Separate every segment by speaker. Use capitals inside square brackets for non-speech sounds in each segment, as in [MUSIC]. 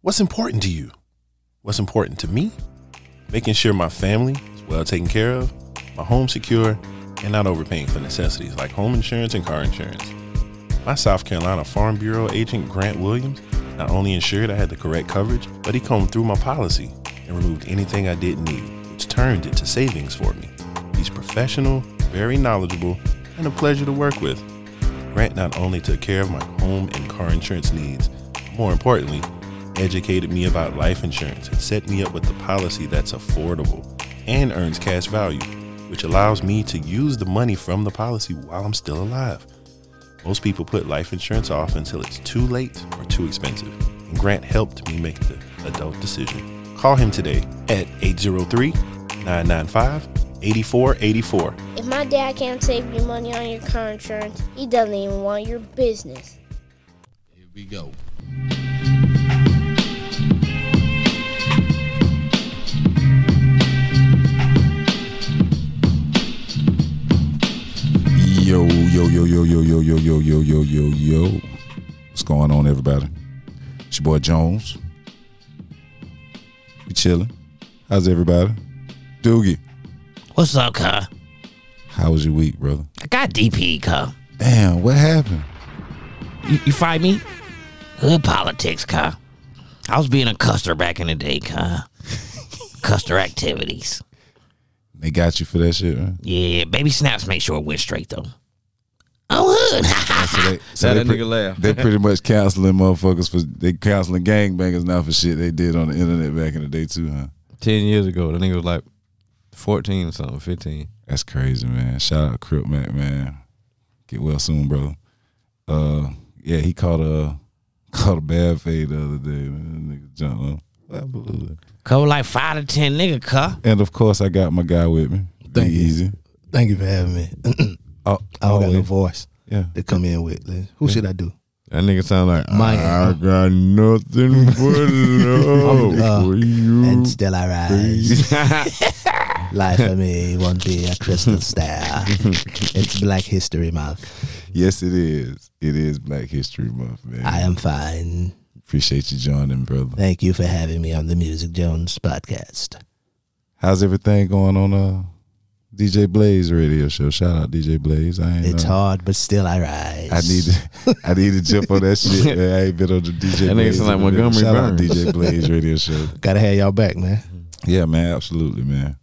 Speaker 1: What's important to you? What's important to me? Making sure my family is well taken care of, my home secure, and not overpaying for necessities like home insurance and car insurance. My South Carolina Farm Bureau agent, Grant Williams, not only ensured I had the correct coverage, but he combed through my policy and removed anything I didn't need, which turned it to savings for me. He's professional, very knowledgeable, and a pleasure to work with. Grant not only took care of my home and car insurance needs, but more importantly, educated me about life insurance and set me up with the policy that's affordable and earns cash value, which allows me to use the money from the policy while I'm still alive. Most people put life insurance off until it's too late or too expensive. And Grant helped me make the adult decision. Call him today at 803 995 8484.
Speaker 2: If my dad can't save you money on your car insurance, he doesn't even want your business.
Speaker 3: Here we go.
Speaker 4: Yo, yo, yo, yo, yo, yo, yo, yo, yo, yo, yo, yo. What's going on, everybody? It's your boy Jones. We chilling. How's everybody? Doogie,
Speaker 5: What's up, cuz?
Speaker 4: how was your week, brother?
Speaker 5: I got DP, cuz.
Speaker 4: Damn, what happened?
Speaker 5: You, you fight me? Hood politics, cuz. I was being a custer back in the day, cuz. [LAUGHS] custer activities.
Speaker 4: They got you for that shit, man.
Speaker 5: Yeah, baby snaps make sure it went straight, though. Oh, hood.
Speaker 4: So [SIGHS] they, so
Speaker 6: Now
Speaker 4: they
Speaker 6: that
Speaker 4: pre-
Speaker 6: nigga laugh.
Speaker 4: [LAUGHS] They pretty much counseling motherfuckers for they counseling gangbangers now for shit they did on the internet back in the day too, huh?
Speaker 6: Ten years ago, the nigga was like fourteen or something, fifteen.
Speaker 4: That's crazy, man. Shout out Crip Mac, man. Get well soon, brother. Uh, yeah, he caught a [LAUGHS] caught a bad fade the other day, man. That Nigga jumped on. Absolutely.
Speaker 5: Cover like five to ten nigga, cuz.
Speaker 4: And of course, I got my guy with me. Big
Speaker 7: Thank you.
Speaker 4: Easy.
Speaker 7: Thank you for having me. [CLEARS THROAT]
Speaker 4: Oh,
Speaker 7: I don't got no
Speaker 4: always.
Speaker 7: voice
Speaker 4: yeah.
Speaker 7: to come in with. Liz. Who should I do?
Speaker 6: That nigga sound like
Speaker 7: My-
Speaker 6: I got nothing
Speaker 7: [LAUGHS]
Speaker 6: but love
Speaker 7: uh,
Speaker 6: for you.
Speaker 7: And still I rise.
Speaker 4: [LAUGHS]
Speaker 7: Life for me one day a crystal star. it's Black History Month.
Speaker 4: Yes, it is. It is Black History Month, man.
Speaker 7: I am fine.
Speaker 4: appreciate you joining, brother.
Speaker 7: Thank you for having me on the Music Jones podcast.
Speaker 4: How's everything going on uh DJ Blaze radio show? Shout out DJ Blaze. I ain't
Speaker 7: It's
Speaker 4: uh,
Speaker 7: hard, but still I rise.
Speaker 4: I need to I need to jump on that shit. Man. I ain't been on the DJ
Speaker 6: That nigga
Speaker 4: Blaze
Speaker 6: sound like
Speaker 4: in a minute.
Speaker 6: Montgomery
Speaker 4: Shout out
Speaker 6: Burns.
Speaker 4: DJ Blaze radio
Speaker 6: [LAUGHS]
Speaker 4: show.
Speaker 7: Gotta have y'all back, man.
Speaker 4: Yeah, man, absolutely, man.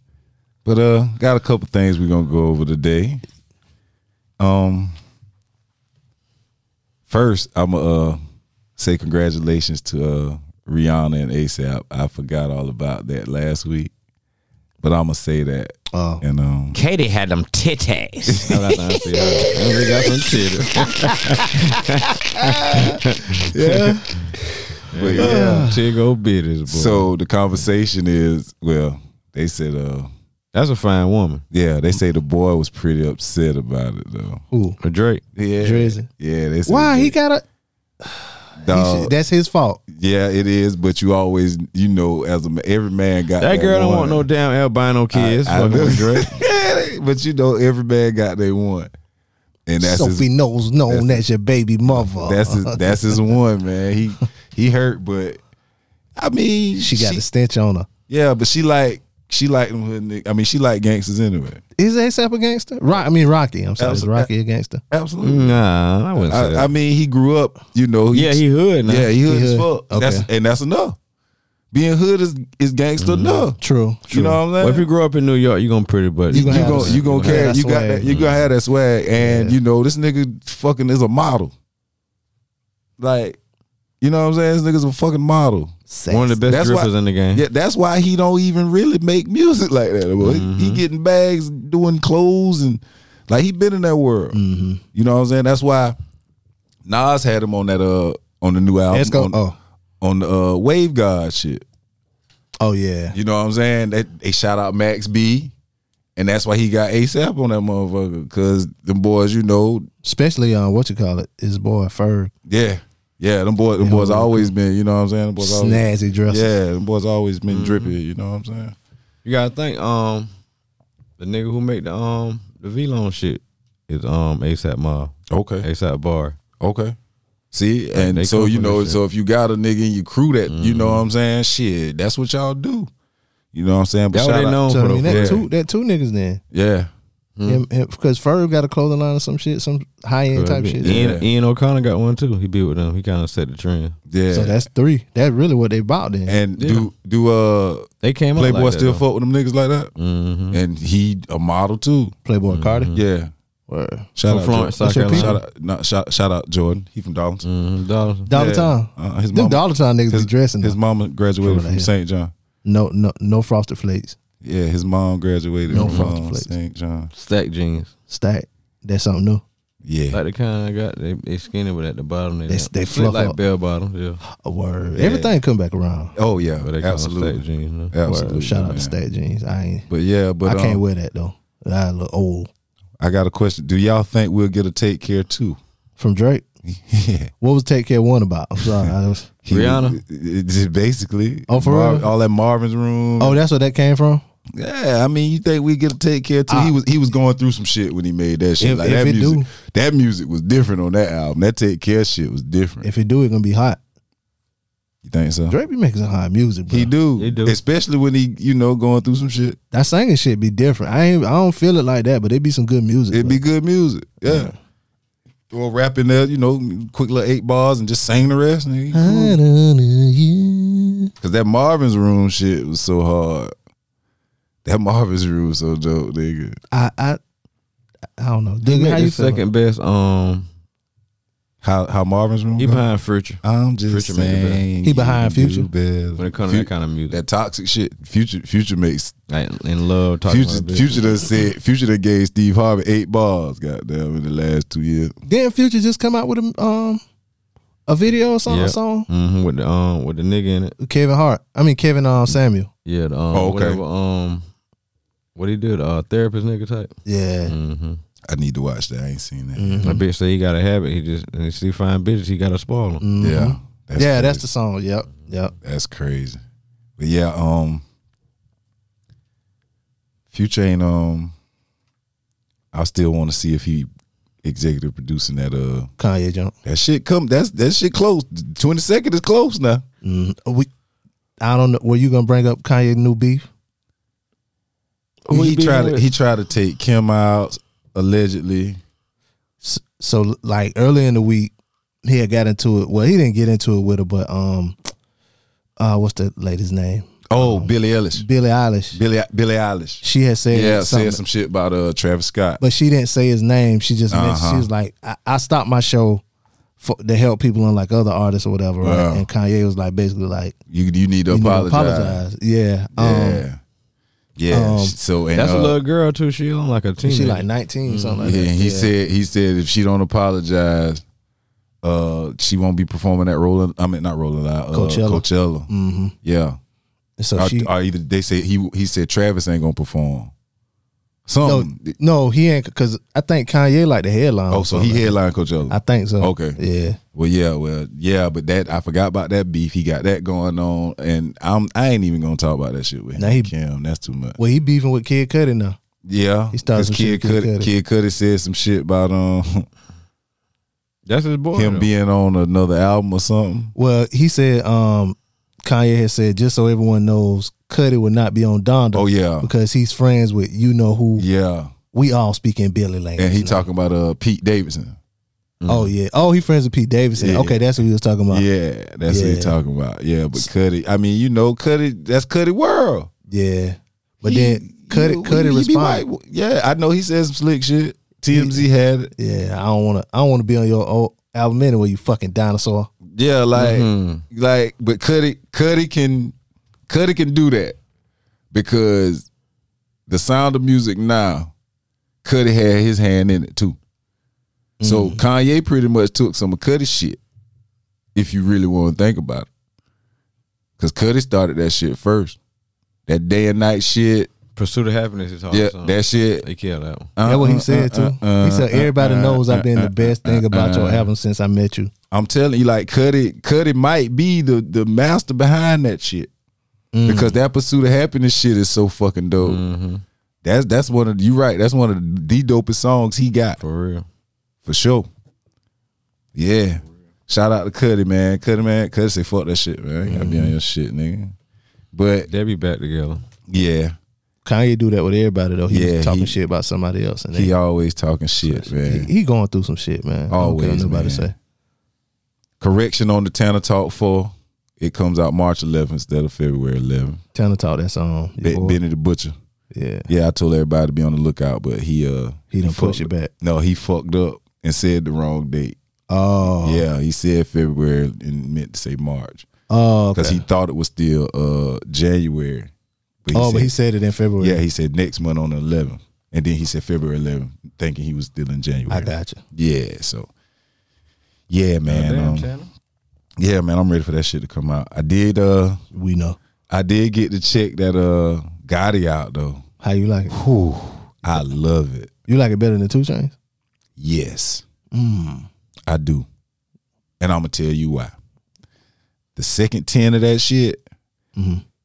Speaker 4: But uh got a couple things we're gonna go over today. Um first I'ma uh say congratulations to uh Rihanna and ASAP. I forgot all about that last week. But I'ma say that.
Speaker 7: Oh.
Speaker 4: And [LAUGHS] um
Speaker 5: Katie had them titties.
Speaker 6: I got some titties.
Speaker 4: [LAUGHS] Yeah. but yeah.
Speaker 6: Tig old bitches, boy.
Speaker 4: So the conversation is well, they said uh
Speaker 6: that's a fine woman.
Speaker 4: yeah, they say the boy was pretty upset about it though.
Speaker 7: Who?
Speaker 6: Or Drake.
Speaker 4: Yeah.
Speaker 7: Drizzy.
Speaker 4: Yeah, they said
Speaker 7: Why he
Speaker 4: that-
Speaker 7: got a?
Speaker 4: dog,
Speaker 7: he should- that's his fault.
Speaker 4: Yeah, it is, but you always you know as a ma- every man got
Speaker 6: That girl don't want
Speaker 4: one.
Speaker 6: no damn albino kids.
Speaker 4: I
Speaker 6: Fucking
Speaker 4: know.
Speaker 6: with
Speaker 4: [LAUGHS]
Speaker 6: Drake.
Speaker 4: but you know every man got they one. And that's his
Speaker 7: Sophie knows known as your baby mother.
Speaker 4: that's his that's his one, man. He he hurt, but I mean
Speaker 7: [LAUGHS] she got the stench on her.
Speaker 4: Yeah, but she like she like them hood nigg- I mean she like gangsters anyway.
Speaker 7: Is ASAP a gangster? Rock, I mean Rocky. I'm sorry, is
Speaker 4: Absol-
Speaker 7: Rocky a gangster?
Speaker 4: Absolutely.
Speaker 6: Nah, I wouldn't say that.
Speaker 4: I, I mean, he grew up, you know.
Speaker 6: Mm. yeah, he hood now.
Speaker 4: yeah, he hood
Speaker 7: He
Speaker 4: as
Speaker 7: hood.
Speaker 4: fuck. That's,
Speaker 7: Okay.
Speaker 4: and that's enough. Being hood is is gangster enough.
Speaker 7: Mm-hmm. True.
Speaker 4: You know what
Speaker 6: well,
Speaker 4: I'm
Speaker 6: if you
Speaker 4: saying?
Speaker 6: grow up in New York, you gonna pretty but
Speaker 7: You gonna
Speaker 4: you
Speaker 7: have
Speaker 4: gon'
Speaker 7: a-
Speaker 4: you gonna
Speaker 7: you
Speaker 4: carry
Speaker 7: got
Speaker 4: you got
Speaker 7: swag.
Speaker 4: that you gonna have that swag and you know this nigga fucking is a model. Like, you know what I'm saying? This nigga's a fucking model.
Speaker 6: one of the best
Speaker 4: That's why-
Speaker 6: grippers in the game.
Speaker 4: Yeah, that's why he don't even really make music like that. Well, he-
Speaker 7: Mm-hmm.
Speaker 4: he, getting bags, doing clothes, and like he been in that world.
Speaker 7: Mm-hmm.
Speaker 4: You know what I'm saying? That's why Nas had him on that uh on the new album
Speaker 7: Let's go.
Speaker 4: on,
Speaker 7: Oh,
Speaker 4: on the uh, Wave God shit.
Speaker 7: oh yeah.
Speaker 4: You know what I'm saying? That they shout out Max B, and that's why he got ASAP on that motherfucker because them boys, you know,
Speaker 7: Especially on what you call it, his boy Ferg,
Speaker 4: yeah, yeah, them boys, them boys always been. You know what I'm saying? Them boys always,
Speaker 7: snazzy dresses.
Speaker 4: yeah, them boys always
Speaker 6: Mm-hmm.
Speaker 4: been drippy. You know what I'm saying?
Speaker 6: You gotta think, um, the nigga who make the um the V Lone shit is um ASAP Mob,
Speaker 4: Okay,
Speaker 6: ASAP Bar.
Speaker 4: okay, See, and
Speaker 6: they Mm-hmm.
Speaker 4: so
Speaker 6: come
Speaker 4: you
Speaker 6: from
Speaker 4: know,
Speaker 6: that shit.
Speaker 4: so if you got a nigga in your crew that you know what I'm saying, shit, that's what y'all do. You know what I'm saying?
Speaker 6: That's what
Speaker 4: shout
Speaker 6: they
Speaker 4: out-
Speaker 6: known
Speaker 7: So I
Speaker 6: for.
Speaker 7: mean,
Speaker 6: though.
Speaker 7: that
Speaker 4: yeah.
Speaker 7: two that two niggas then,
Speaker 4: Yeah. Hmm.
Speaker 7: because Ferb got a clothing line or some shit, some high end type shit.
Speaker 6: Ian, Ian O'Connor got one too. He be with them. He kind of set the trend.
Speaker 4: Yeah.
Speaker 7: So that's three. That's really what they about then.
Speaker 4: and
Speaker 6: Yeah.
Speaker 4: do do uh
Speaker 6: They came out.
Speaker 4: Playboy
Speaker 6: like that,
Speaker 4: still
Speaker 6: though.
Speaker 4: fuck with them niggas like that?
Speaker 6: Mhm.
Speaker 4: And he a model too.
Speaker 7: Playboy Carter.
Speaker 4: Yeah.
Speaker 7: Word.
Speaker 4: Shout
Speaker 6: From
Speaker 4: out
Speaker 6: Florence,
Speaker 4: Jordan.
Speaker 6: South Carolina.
Speaker 4: Shout out, no, shout, shout out Jordan. He from Darlington.
Speaker 6: Mhm. Dollars.
Speaker 7: Dollar
Speaker 4: Yeah.
Speaker 7: Town.
Speaker 4: Uh, his
Speaker 7: Them
Speaker 4: mama,
Speaker 7: Dollar Town niggas
Speaker 4: his-
Speaker 7: be dressing.
Speaker 4: his
Speaker 7: though.
Speaker 4: mama graduated
Speaker 7: Florida,
Speaker 4: from
Speaker 7: yeah.
Speaker 4: St. John.
Speaker 7: no, no, no frosted flakes.
Speaker 4: Yeah, his mom graduated
Speaker 7: No
Speaker 4: from
Speaker 7: frosted
Speaker 4: um,
Speaker 7: flakes.
Speaker 4: St. John.
Speaker 6: Stack jeans.
Speaker 7: Stack. That's something new.
Speaker 4: Yeah.
Speaker 6: Like the kind I got. They, they skinny, but at the bottom they
Speaker 7: They-
Speaker 6: don't-
Speaker 7: they
Speaker 6: look
Speaker 7: fluff
Speaker 6: like
Speaker 7: up.
Speaker 6: bell bottoms. Yeah.
Speaker 7: A word.
Speaker 4: Yeah.
Speaker 7: Everything come back around.
Speaker 4: oh yeah,
Speaker 6: But they call 'em stack
Speaker 4: absolutely.
Speaker 6: jeans. no?
Speaker 4: absolutely.
Speaker 7: Word. Shout out
Speaker 4: man.
Speaker 7: to Stack Jeans. I ain't.
Speaker 4: But yeah, but
Speaker 7: I can't
Speaker 4: um,
Speaker 7: wear that though. I look old.
Speaker 4: I got a question. Do y'all think we'll get a take care too?
Speaker 7: From Drake.
Speaker 4: [LAUGHS] yeah.
Speaker 7: What was Take Care One about? I'm sorry. I
Speaker 4: [LAUGHS]
Speaker 7: was,
Speaker 4: He-
Speaker 6: Rihanna?
Speaker 4: it- it- [LAUGHS] basically.
Speaker 7: Oh, for real?
Speaker 4: All that Marvin's room.
Speaker 7: oh, that's where that came from.
Speaker 4: Yeah, I mean, you think we get to take care too? he was he was going through some shit when he made that shit.
Speaker 7: Ah. If-
Speaker 4: like
Speaker 7: if
Speaker 4: that
Speaker 7: it
Speaker 4: music,
Speaker 7: do.
Speaker 4: that music was different on that album. That take care shit was different.
Speaker 7: If it do, it gonna be hot.
Speaker 4: you think so?
Speaker 7: Drake be making some hot music. Bro.
Speaker 4: He do.
Speaker 6: He do.
Speaker 4: especially when he you know going through some shit.
Speaker 7: That singing shit be different. I ain't. I don't feel it like that, but it be some good music.
Speaker 4: It'd
Speaker 7: bro.
Speaker 4: be good music. Yeah. Throw a rap in there, you know, quick little eight bars and just sing the rest. nigga.
Speaker 7: I don't know you.
Speaker 4: Cause that Marvin's room shit was so hard. That Marvin's room was so dope, nigga.
Speaker 7: I I I don't know.
Speaker 6: He
Speaker 7: Digga,
Speaker 6: made
Speaker 7: how
Speaker 6: the
Speaker 7: you feel?
Speaker 6: second best. Um,
Speaker 4: How how Marvin's room?
Speaker 6: he
Speaker 4: go?
Speaker 6: behind Future
Speaker 4: I'm just
Speaker 6: Future made it better.
Speaker 4: saying.
Speaker 7: He behind
Speaker 4: you
Speaker 7: Future?
Speaker 4: do better.
Speaker 6: when it comes
Speaker 4: Fu-
Speaker 6: to that kind of music.
Speaker 4: that toxic shit. Future Future makes
Speaker 6: Like, in love, talking
Speaker 4: Future
Speaker 6: about bitches.
Speaker 4: Future done said Future done gave Steve Harvey eight bars, goddamn, in the last two years.
Speaker 7: Damn, Future just come out with a um a video or something.
Speaker 6: Yeah.
Speaker 7: A song.
Speaker 6: Mhm, with the um with the nigga in it.
Speaker 7: Kevin Hart. I mean Kevin um, Samuel.
Speaker 6: Yeah, the, um,
Speaker 4: Oh, okay.
Speaker 6: whatever. Um, what he did, uh, therapist nigga type.
Speaker 7: Yeah.
Speaker 4: Mm.
Speaker 6: Mm-hmm.
Speaker 4: I need to watch that. I ain't seen that.
Speaker 6: A bitch say he got a habit. He just and she find bitches. He got to spoil them.
Speaker 7: Mhm.
Speaker 4: Yeah. That's
Speaker 7: yeah,
Speaker 4: crazy.
Speaker 7: that's the song. Yep. Yep.
Speaker 4: that's crazy. But yeah, um Future ain't um I still wanna see if he executive producing that uh
Speaker 7: Kanye jump.
Speaker 4: that shit come that's that shit close. Twenty second is close now.
Speaker 7: Mm, we I don't know. Were you gonna bring up Kanye new beef?
Speaker 6: Who
Speaker 4: he
Speaker 6: he beefing
Speaker 4: tried to
Speaker 6: with?
Speaker 4: he tried to take Kim out allegedly.
Speaker 7: S- So like early in the week, he had got into it. Well, he didn't get into it with her, but um, uh, what's the lady's name?
Speaker 4: Oh, Billy Ellis.
Speaker 7: Billie Eilish.
Speaker 4: Billy Billy Eilish.
Speaker 7: She had said
Speaker 4: Yeah,
Speaker 7: something,
Speaker 4: said some shit about uh Travis Scott.
Speaker 7: but she didn't say his name. She just mentioned,
Speaker 4: Uh-huh.
Speaker 7: she was like, I, "I stopped my show for, to help people unlike other artists or whatever." Right?
Speaker 4: Wow.
Speaker 7: And Kanye was like, basically like,
Speaker 4: You you need to
Speaker 7: "You need to
Speaker 4: apologize.
Speaker 7: apologize." Yeah.
Speaker 4: Yeah. yeah.
Speaker 7: um,
Speaker 4: so and
Speaker 6: That's
Speaker 4: uh,
Speaker 6: a little girl too. She on like a
Speaker 7: Um,
Speaker 6: teenager.
Speaker 7: she like nineteen something like
Speaker 4: Mm-hmm. yeah,
Speaker 7: that.
Speaker 4: he
Speaker 7: Yeah.
Speaker 4: said he said if she don't apologize, uh she won't be performing at Rolling I mean not Rolling Loud, uh,
Speaker 7: Coachella.
Speaker 4: Coachella.
Speaker 7: Mhm.
Speaker 4: Yeah.
Speaker 7: And So
Speaker 4: or,
Speaker 7: she
Speaker 4: or either they say he he said Travis ain't gonna perform.
Speaker 7: no,
Speaker 4: Something.
Speaker 7: no, he ain't because I think Kanye like the headline.
Speaker 4: oh,
Speaker 7: or
Speaker 4: so he
Speaker 7: something.
Speaker 4: headlined Coachella.
Speaker 7: I think so.
Speaker 4: Okay.
Speaker 7: Yeah.
Speaker 4: Well, yeah, well, yeah, but that I forgot about that beef. He got that going on, and I'm I ain't even gonna talk about that shit with him.
Speaker 7: Now he-
Speaker 4: Kim, that's too much.
Speaker 7: Well, he beefing with Kid Cudi now.
Speaker 4: Yeah,
Speaker 7: He started some
Speaker 4: kid
Speaker 7: shit with Kid
Speaker 4: Cudi, Kid Cudi said some shit about um
Speaker 6: That's his boy.
Speaker 4: him
Speaker 6: though.
Speaker 4: being on another album or something.
Speaker 7: Well, he said um, Kanye had said just so everyone knows, Cudi would not be on Donda.
Speaker 4: Oh yeah,
Speaker 7: Because he's friends with you know who.
Speaker 4: yeah,
Speaker 7: We all speak in Billy language.
Speaker 4: and he
Speaker 7: now.
Speaker 4: talking about uh Pete Davidson.
Speaker 7: Oh yeah. Oh, he friends with Pete Davidson.
Speaker 4: Mm-hmm. Yeah.
Speaker 7: Okay, that's what he was talking about. Yeah.
Speaker 4: Yeah, that's what
Speaker 7: Yeah.
Speaker 4: he talking about. Yeah, but Cudi, I mean, you know, Cudi, that's Cudi world.
Speaker 7: But
Speaker 4: He-
Speaker 7: then cut
Speaker 4: you-
Speaker 7: it, cut
Speaker 4: he
Speaker 7: it.
Speaker 4: be
Speaker 7: Respond.
Speaker 4: white. Yeah, I know he said some slick shit. TMZ had it.
Speaker 7: Yeah, I don't want to. I don't want to be on your old album anyway. You fucking dinosaur.
Speaker 4: Yeah, like
Speaker 6: Mhm.
Speaker 7: Mm-hmm.
Speaker 4: like but Cuddy Cuddy can Cuddy can do that because the sound of music now, Cuddy had his hand in it too. So
Speaker 7: Mm-hmm.
Speaker 4: Kanye pretty much took some of Cuddy's shit, if you really want to think about it. Cause Cuddy started that shit first. That day and night shit.
Speaker 6: Pursuit of Happiness is hard.
Speaker 4: Yeah,
Speaker 6: song.
Speaker 4: that shit.
Speaker 6: they killed that one.
Speaker 7: That's Oh, what
Speaker 4: Uh,
Speaker 7: he
Speaker 4: uh,
Speaker 7: said
Speaker 4: uh,
Speaker 7: too.
Speaker 4: uh,
Speaker 7: he said
Speaker 4: uh,
Speaker 7: everybody
Speaker 4: uh,
Speaker 7: knows I've been
Speaker 4: uh,
Speaker 7: the best
Speaker 4: uh,
Speaker 7: thing about
Speaker 4: uh,
Speaker 7: your album since I met you.
Speaker 4: I'm telling you, like Cuddy, Cuddy might be the the master behind that shit because that pursuit of happiness shit is so fucking dope. That's that's one of you right. That's one of the dopest songs he got
Speaker 6: For real.
Speaker 4: for sure. Yeah. Shout out to Cuddy, man. Cuddy, man. Cuddy say, fuck that shit, man. You gotta be on your shit, nigga. But
Speaker 6: They be back together.
Speaker 4: yeah,
Speaker 7: Kanye do that with everybody though. He
Speaker 4: Yeah,
Speaker 7: was talking
Speaker 4: he-
Speaker 7: shit about somebody else, and
Speaker 4: he
Speaker 7: they,
Speaker 4: always talking shit, man.
Speaker 7: he, he going through some shit, man. I don't care what
Speaker 4: Always,
Speaker 7: nobody
Speaker 4: man.
Speaker 7: say.
Speaker 4: Correction on the Tanner Talk 4. It comes out March 11th instead of February 11th.
Speaker 7: Trying to talk that song. your
Speaker 4: Be-
Speaker 7: boy.
Speaker 4: Benny the Butcher.
Speaker 7: yeah,
Speaker 4: Yeah, I told everybody to be on the lookout, but he uh
Speaker 7: he done push
Speaker 4: fucked-
Speaker 7: it back.
Speaker 4: No, he fucked up and said the wrong date.
Speaker 7: Oh,
Speaker 4: Yeah, he said February and meant to say March
Speaker 7: oh,
Speaker 4: because
Speaker 7: okay.
Speaker 4: he thought it was still uh January. But
Speaker 7: oh,
Speaker 4: said,
Speaker 7: but he said it in February.
Speaker 4: yeah, he said next month on the 11th, and then he said February 11th, thinking he was still in January.
Speaker 7: I got you.
Speaker 4: Yeah, so yeah, man. um, yeah, man, I'm ready for that shit to come out. I did uh
Speaker 7: We know
Speaker 4: I did get to check that uh Gotti out though.
Speaker 7: how you like it.
Speaker 4: Whew, I love it.
Speaker 7: You like it better than Two Chains?
Speaker 4: Yes. I do. And I'm gonna tell you why. The second 10 of that shit,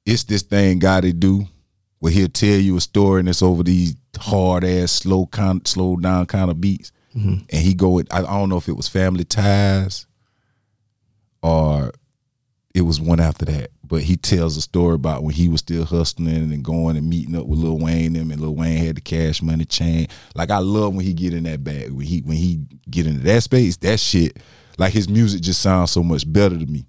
Speaker 4: it's this thing Gotti do where he'll tell you a story and it's over these hard ass, slow kind slow down kind of beats. And he go with- I, I don't know if it was family ties or it was one after that. But he tells a story about when he was still hustling and going and meeting up with Lil Wayne and them, and Lil Wayne had the cash money chain. Like I love when he get in that bag. When he when he get into that space, that shit, like his music just sounds so much better to me.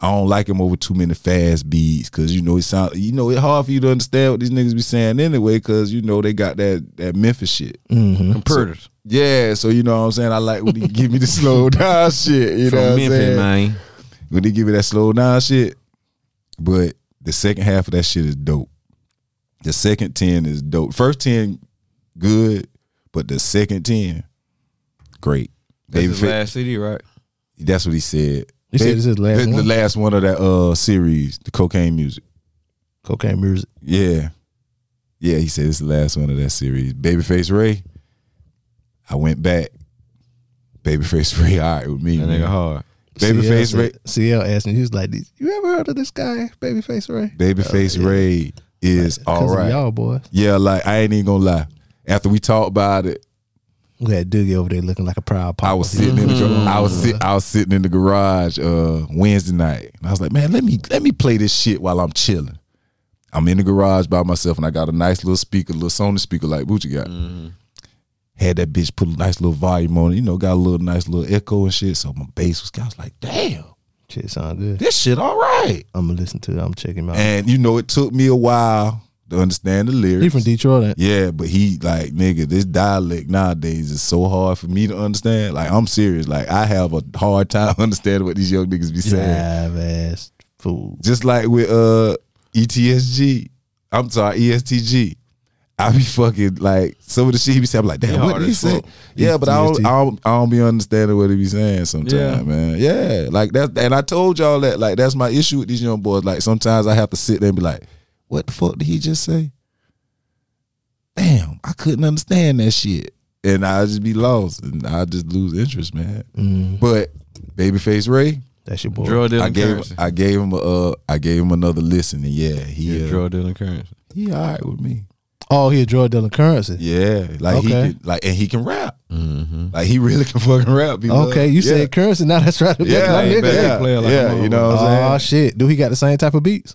Speaker 4: I don't like him over too many fast beats because you know it sound you know it's hard for you to understand what these niggas be saying anyway because you know they got that that Memphis shit.
Speaker 6: Computers.
Speaker 4: Yeah, so you know what I'm saying. I like when he [LAUGHS] give me the slow down shit. You know
Speaker 6: From
Speaker 4: what I'm saying?
Speaker 6: Memphis, man.
Speaker 4: when they give you that slow down shit. But the second half of that shit is dope. The second ten is dope. First ten, good, but the second ten, great.
Speaker 6: That's his
Speaker 4: Babyfa-
Speaker 6: last CD, right?
Speaker 4: that's what he said.
Speaker 7: He said this is his last
Speaker 4: the, the
Speaker 7: one?
Speaker 4: last one of that uh series, the cocaine music.
Speaker 7: Cocaine music.
Speaker 4: Yeah. Yeah, he said it's the last one of that series. Babyface Ray. I went back. Babyface [LAUGHS] Ray, all right with me.
Speaker 6: That
Speaker 4: man.
Speaker 6: nigga hard.
Speaker 4: Babyface
Speaker 7: CL
Speaker 4: Ray.
Speaker 7: said- CL asked me. He was like, "Did "You ever heard of this guy, Babyface Ray?"
Speaker 4: Babyface
Speaker 6: Oh,
Speaker 4: Ray is all
Speaker 7: 'Cause of
Speaker 4: right.
Speaker 7: y'all boys.
Speaker 4: Yeah, like I ain't even gonna lie. After we talked about it,
Speaker 7: We had Doogie over there looking like a proud pop.
Speaker 4: I was sitting in the
Speaker 7: Mm-hmm.
Speaker 4: gar- I was sit, I was sitting in the garage uh, Wednesday night, and I was like, man, let me let me play this shit while I'm chilling. I'm in the garage by myself, and I got a nice little speaker, little Sony speaker like Bucci got. Had that bitch put a nice little volume on it, you know, got a little nice little echo and shit. So my bass was, I was like, damn,
Speaker 7: Shit sound good.
Speaker 4: this shit all right.
Speaker 7: I'm gonna listen to it. I'm gonna check him out.
Speaker 4: And you know, it took me a while to understand the lyrics.
Speaker 7: he from Detroit. ain't-
Speaker 4: Yeah, but he like nigga, this dialect nowadays is so hard for me to understand. Like I'm serious. Like I have a hard time [LAUGHS] understanding what these young niggas be saying.
Speaker 7: Jive ass fool.
Speaker 4: Just like with uh ETSG. I'm sorry, E ESTG. I be fucking like some of the shit he be saying. I'm like, damn,
Speaker 6: He
Speaker 4: what
Speaker 6: hard
Speaker 4: did he
Speaker 6: as
Speaker 4: say?
Speaker 6: fuck. E
Speaker 4: Yeah, but I don't,
Speaker 7: EST.
Speaker 4: I don't, I don't be understanding what he be saying sometimes,
Speaker 6: Yeah.
Speaker 4: man. Yeah, like that. And I told y'all that, like, that's my issue with these young boys. Like sometimes I have to sit there and be like, what the fuck did he just say? Damn, I couldn't understand that shit, and I just be lost, and I just lose interest, man.
Speaker 6: Mm-hmm.
Speaker 4: But Babyface Ray,
Speaker 7: That's your boy.
Speaker 6: Drug dealing
Speaker 4: I gave
Speaker 6: currency.
Speaker 4: I gave him a uh, I gave him another listen and yeah he
Speaker 6: yeah,
Speaker 4: uh,
Speaker 6: drug dealing currency.
Speaker 4: he all right with me
Speaker 7: Oh, he a drug dealer currency.
Speaker 4: yeah like
Speaker 7: Okay.
Speaker 4: he can, like and he can rap like he really [LAUGHS] can fucking rap people.
Speaker 7: Okay, you
Speaker 4: yeah.
Speaker 7: said currency. Now that's right.
Speaker 4: yeah
Speaker 7: my
Speaker 4: yeah,
Speaker 7: nigga.
Speaker 6: back.
Speaker 4: yeah,
Speaker 6: Player like
Speaker 4: yeah,
Speaker 6: a
Speaker 4: you know what
Speaker 7: Oh
Speaker 4: I'm saying
Speaker 7: shit! Do he got the same type of beats?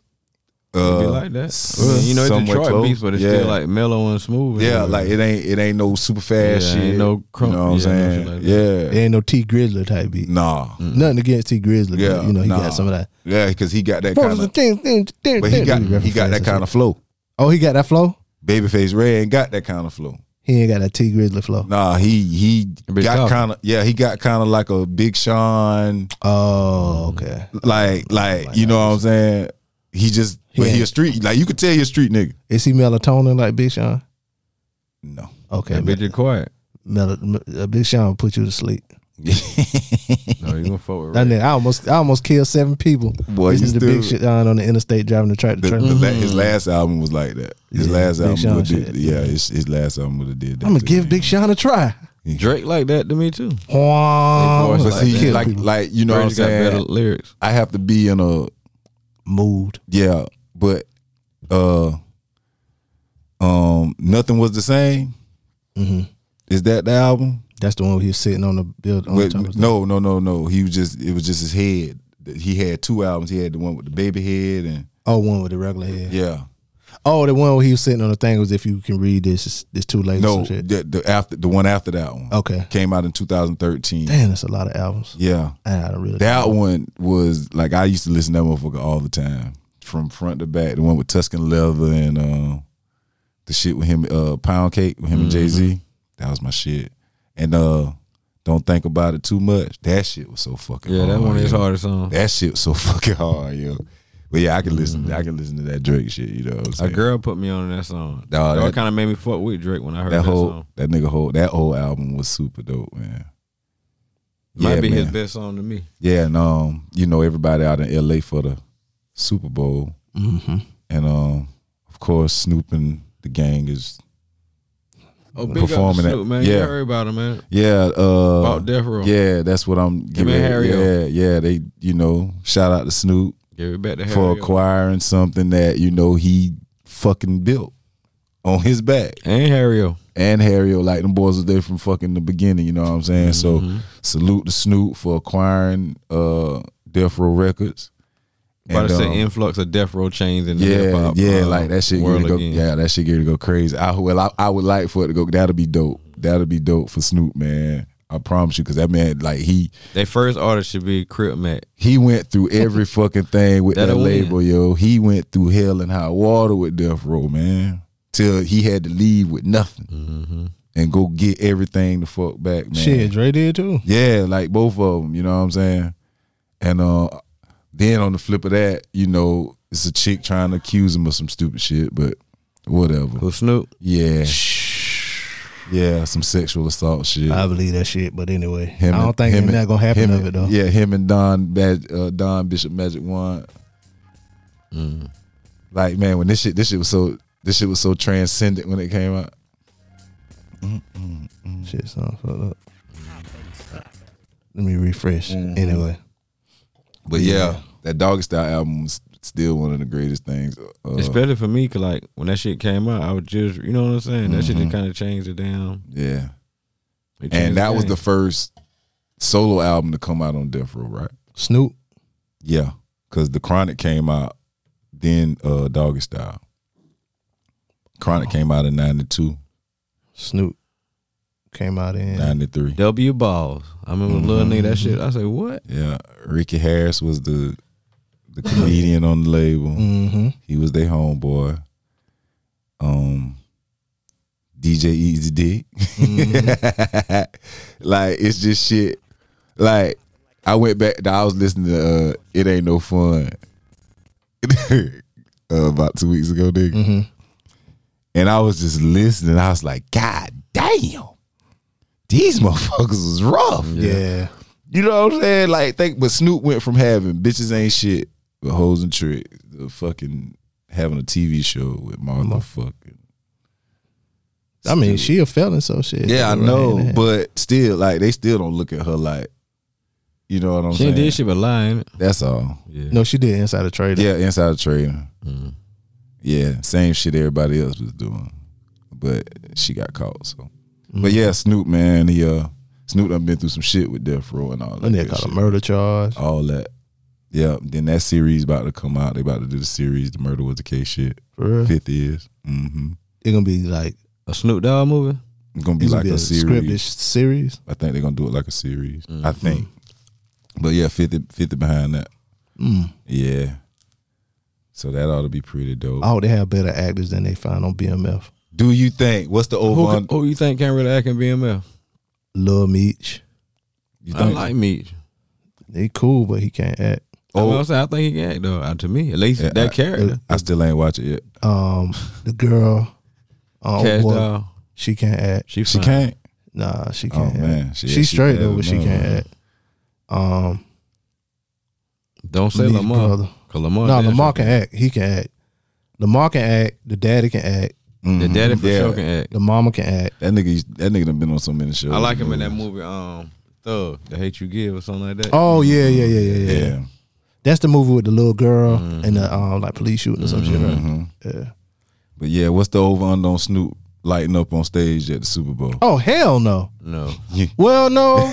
Speaker 4: uh,
Speaker 6: Be like that.
Speaker 4: s-
Speaker 6: you know, it's
Speaker 4: somewhat
Speaker 6: Detroit
Speaker 4: close.
Speaker 6: beats, but it's
Speaker 4: yeah.
Speaker 6: still like mellow and smooth.
Speaker 4: yeah like it ain't it ain't no super fast
Speaker 6: Yeah,
Speaker 4: shit
Speaker 6: ain't no crunk-
Speaker 4: you know what
Speaker 6: yeah, no
Speaker 4: I'm
Speaker 6: shit like Mm.
Speaker 4: saying
Speaker 7: There
Speaker 4: yeah
Speaker 7: ain't no T Grizzly type beat.
Speaker 4: nah
Speaker 7: Nothing against T Grizzly.
Speaker 4: yeah
Speaker 7: but, you know he
Speaker 4: nah.
Speaker 7: got some of that.
Speaker 4: yeah because he got that kind of but
Speaker 7: But
Speaker 4: he got he got that kind of flow
Speaker 7: Oh, he got that flow.
Speaker 4: Babyface Ray ain't got that kind of flow
Speaker 7: He ain't got that T Grizzly flow.
Speaker 4: Nah, he he
Speaker 6: Big
Speaker 4: got
Speaker 6: Sean.
Speaker 4: kind of yeah, he got kind of like a Big Sean,
Speaker 7: Oh, okay.
Speaker 4: like like you know what I'm saying. He just but he
Speaker 7: Yeah.
Speaker 4: a street like you could tell he a street nigga.
Speaker 7: Is he melatonin like Big Sean?
Speaker 4: [LAUGHS] No,
Speaker 7: Okay,
Speaker 6: That bitch is quiet.
Speaker 7: Mel- Mel- uh, Big Sean will put you to sleep.
Speaker 6: No, you gonna fuck with
Speaker 7: That
Speaker 6: Ray.
Speaker 7: nigga, I almost, I almost killed seven people.
Speaker 4: Boy,
Speaker 7: this
Speaker 4: you
Speaker 7: is the Big
Speaker 4: stupid.
Speaker 7: Sean on the interstate driving the tractor
Speaker 4: the,
Speaker 7: Mm-hmm.
Speaker 4: the,
Speaker 7: trailer.
Speaker 4: la- his last album was like that. His
Speaker 7: Yeah,
Speaker 4: last
Speaker 7: Big
Speaker 4: album
Speaker 7: Sean
Speaker 4: would did,
Speaker 7: shit.
Speaker 4: yeah, his, his last album would have did that.
Speaker 7: I'm gonna
Speaker 4: to
Speaker 7: give
Speaker 4: me.
Speaker 7: Big Sean a try.
Speaker 6: Drake like that to me too.
Speaker 7: Wow.
Speaker 6: boys
Speaker 4: But
Speaker 6: like
Speaker 4: see,
Speaker 6: that.
Speaker 4: like like you know what I'm
Speaker 6: Drake's got better
Speaker 4: saying.
Speaker 6: lyrics.
Speaker 4: I have to be in a
Speaker 7: Mood.
Speaker 4: yeah, but uh,
Speaker 7: Mm-hmm.
Speaker 4: um, nothing was the same. Is that the album?
Speaker 7: That's the one where he was sitting on the build. On
Speaker 4: Wait,
Speaker 7: top of the-
Speaker 4: no, no, no, no. He was just it was just his head. He had two albums. He had the one with the baby head and
Speaker 7: Oh, one with the regular head.
Speaker 4: yeah.
Speaker 7: Oh, the one where he was sitting on the thing was if you can read this, it's, it's too late. or
Speaker 4: No,
Speaker 7: some shit.
Speaker 4: the, the after the one after that one.
Speaker 7: Okay.
Speaker 4: Came out in 2013.
Speaker 7: Damn, that's a lot of albums.
Speaker 4: Yeah.
Speaker 7: I don't really.
Speaker 4: That one was like I used to listen to that motherfucker all the time. From front to back. The one with Tuscan Leather and uh the shit with him uh Pound Cake with him and Jay Z. That was my shit. And uh Don't Think About It Too Much. That shit was so fucking
Speaker 6: Oh, Yeah,
Speaker 4: hard.
Speaker 6: that one is
Speaker 4: yo.
Speaker 6: hardest song.
Speaker 4: That shit was so [LAUGHS] fucking hard, yo. But yeah, I can listen. I can listen to that Drake shit. You know, what I'm
Speaker 6: A
Speaker 4: saying?
Speaker 6: girl put me on that song.
Speaker 4: Nah,
Speaker 6: that
Speaker 4: that-
Speaker 6: kind of made me fuck with Drake when I heard
Speaker 4: that
Speaker 6: that,
Speaker 4: whole
Speaker 6: song.
Speaker 4: that nigga whole that whole album was super dope, man.
Speaker 6: Might
Speaker 4: yeah,
Speaker 6: be his
Speaker 4: man.
Speaker 6: best song to me.
Speaker 4: Yeah, and um, you know everybody out in L.A. for the Super Bowl,
Speaker 7: Mm-hmm.
Speaker 4: and um, of course Snoop and the gang is
Speaker 6: Oh, big
Speaker 4: Performing
Speaker 6: up to
Speaker 4: that-
Speaker 6: Snoop, man.
Speaker 4: yeah.
Speaker 6: You heard about him, man.
Speaker 4: yeah, uh,
Speaker 6: About Death Row.
Speaker 4: yeah, that's what I'm giving.
Speaker 6: and Harry
Speaker 4: Yeah, yeah, they you know shout out to Snoop
Speaker 6: Give it back to
Speaker 4: for
Speaker 6: Harry.
Speaker 4: acquiring something that you know he fucking built on his back.
Speaker 6: And Harry. O.
Speaker 4: and Harry O. Like them boys was there from fucking the beginning, you know what I'm saying?
Speaker 6: Mm-hmm.
Speaker 4: So salute to Snoop for acquiring uh Death Row Records.
Speaker 6: About to
Speaker 4: And,
Speaker 6: say
Speaker 4: um,
Speaker 6: influx of death row chains in the hip
Speaker 4: yeah,
Speaker 6: hop.
Speaker 4: yeah,
Speaker 6: uh,
Speaker 4: like that shit. Get
Speaker 6: world
Speaker 4: to go,
Speaker 6: again.
Speaker 4: yeah, that shit get to go crazy. I well, I, I would like for it to go. That'll be dope. That'll be dope for Snoop, man. I promise you, because that man, like he
Speaker 6: Their first artist should be Crip Mac.
Speaker 4: he went through every fucking thing with that
Speaker 6: That'll win.
Speaker 4: label, yo. He went through hell and high water with Death Row, man. Till he had to leave with nothing and go get everything the fuck back, man.
Speaker 7: Shit, Dre did too.
Speaker 4: Yeah, like both of them. You know what I'm saying? And uh, then on the flip of that, you know, it's a chick trying to accuse him of some stupid shit, but whatever.
Speaker 6: Who Snoop?
Speaker 4: Yeah, yeah, some sexual assault shit.
Speaker 7: I believe that shit, but anyway,
Speaker 4: Him
Speaker 7: I
Speaker 4: and-
Speaker 7: don't think
Speaker 4: him
Speaker 7: it's
Speaker 4: and-
Speaker 7: not gonna happen
Speaker 4: him
Speaker 7: of
Speaker 4: and-
Speaker 7: it though.
Speaker 4: Yeah, him and Don Mag- uh, Don Bishop Magic One. Mm. Like man, when this shit this shit was so this shit was so transcendent when it came out.
Speaker 7: Shit, sound fucked up. Let me refresh. Anyway,
Speaker 4: But yeah, that Doggy Style album was still one of the greatest things. Uh,
Speaker 6: Especially for me, cause like when that shit came out, I was just, you know what I'm saying. That shit just kind of changed it down.
Speaker 4: yeah.
Speaker 6: It changed
Speaker 4: Mm-hmm. and that was
Speaker 6: game.
Speaker 4: the first solo album to come out on Death Row, right?
Speaker 7: Snoop.
Speaker 4: Yeah, because the Chronic came out, then uh Doggy Style. Chronic came out in 92,
Speaker 7: Snoop came out in.
Speaker 4: 93.
Speaker 6: W balls. I remember little nigga that
Speaker 4: Mm-hmm.
Speaker 6: shit. I said what?
Speaker 4: Yeah, Ricky Harris was the the comedian on the label.
Speaker 7: Mm-hmm.
Speaker 4: He was their homeboy. Um, DJ Easy Dick.
Speaker 7: Mm-hmm.
Speaker 4: [LAUGHS] like it's just shit. Like I went back. I was listening to uh, "It Ain't No Fun" [LAUGHS] uh, about two weeks ago, nigga.
Speaker 7: Mm-hmm.
Speaker 4: And I was just listening. I was like, God damn, these motherfuckers was rough.
Speaker 7: Yeah.
Speaker 4: You know what I'm saying? Like, think, but Snoop went from having bitches ain't shit with hoes and tricks, to fucking having a TV show with motherfucking.
Speaker 7: I mean, she a felon, so shit.
Speaker 4: Yeah, I
Speaker 7: Right in
Speaker 4: know,
Speaker 7: there.
Speaker 4: but still, like, they still don't look at her like, you know what I'm
Speaker 6: She
Speaker 4: saying?
Speaker 6: ain't did shit but lying.
Speaker 4: That's all.
Speaker 6: Yeah.
Speaker 7: no, she did inside the trailer.
Speaker 4: Yeah, inside the trading. Yeah, same shit everybody else was doing, but she got caught. So, but yeah, Snoop man, he uh, Snoop done been through some shit with Death Row and all that.
Speaker 7: And they
Speaker 4: good
Speaker 7: got
Speaker 4: shit.
Speaker 7: a murder charge.
Speaker 4: all that. Yeah, then that series about to come out. They about to do the series, the murder was the case shit.
Speaker 7: For real.
Speaker 4: Fifth is, mm-hmm.
Speaker 7: It's gonna be like
Speaker 6: A Snoop Dogg movie.
Speaker 4: It's gonna be
Speaker 7: it's
Speaker 4: like
Speaker 7: gonna be
Speaker 4: a,
Speaker 7: a scripted
Speaker 4: series.
Speaker 7: series.
Speaker 4: I think they're gonna do it like a series.
Speaker 6: Mm-hmm.
Speaker 4: I think. But yeah, 50, 50 behind that.
Speaker 7: Mm.
Speaker 4: Yeah. So that ought to be pretty dope.
Speaker 7: I hope Oh, they have better actors than they find on BMF.
Speaker 4: Do you think what's the over?
Speaker 6: Who,
Speaker 4: under-
Speaker 6: can, who you think can really act in BMF?
Speaker 7: Lil Meech,
Speaker 4: you
Speaker 6: I
Speaker 4: think
Speaker 6: like me.
Speaker 7: he cool, but he can't act.
Speaker 6: Oh, I'm saying I think he can act though. Uh, To me, at least
Speaker 4: Yeah,
Speaker 6: that
Speaker 4: I-
Speaker 6: character.
Speaker 4: I still ain't watch it yet.
Speaker 7: Um, the girl, um,
Speaker 6: Cash
Speaker 7: what-
Speaker 6: Doll.
Speaker 7: she can't act.
Speaker 6: She
Speaker 4: She
Speaker 6: fine.
Speaker 4: can't.
Speaker 7: Nah, she
Speaker 4: Oh,
Speaker 7: can't. act.
Speaker 4: man. She-
Speaker 7: she,
Speaker 4: she
Speaker 7: straight
Speaker 4: bad
Speaker 7: though, but she
Speaker 4: enough.
Speaker 7: can't act. Um,
Speaker 6: Don't say
Speaker 7: Me's
Speaker 6: Lamar.
Speaker 7: brother.
Speaker 6: Cause Lamar.
Speaker 7: no,
Speaker 6: damn
Speaker 7: Lamar
Speaker 6: sure
Speaker 7: can act. He can act. Lamar can act. The daddy can act.
Speaker 6: The daddy for
Speaker 4: Mm-hmm. Yeah.
Speaker 6: sure can act.
Speaker 7: The mama can act.
Speaker 4: That nigga, used- that nigga done been on so many shows.
Speaker 6: I like him in that movie, um, Thug, The Hate You Give or something like that.
Speaker 7: Oh yeah, yeah, yeah, yeah, yeah.
Speaker 4: Yeah,
Speaker 7: That's the movie with the little girl
Speaker 6: Mm-hmm.
Speaker 4: Mm-hmm.
Speaker 7: and the um, like police shooting or some shit. Right? Yeah.
Speaker 4: but yeah, what's the over under on Snoop? lighting up on stage at the Super Bowl.
Speaker 7: Oh hell no.
Speaker 6: No.
Speaker 4: [LAUGHS]
Speaker 7: Well, no,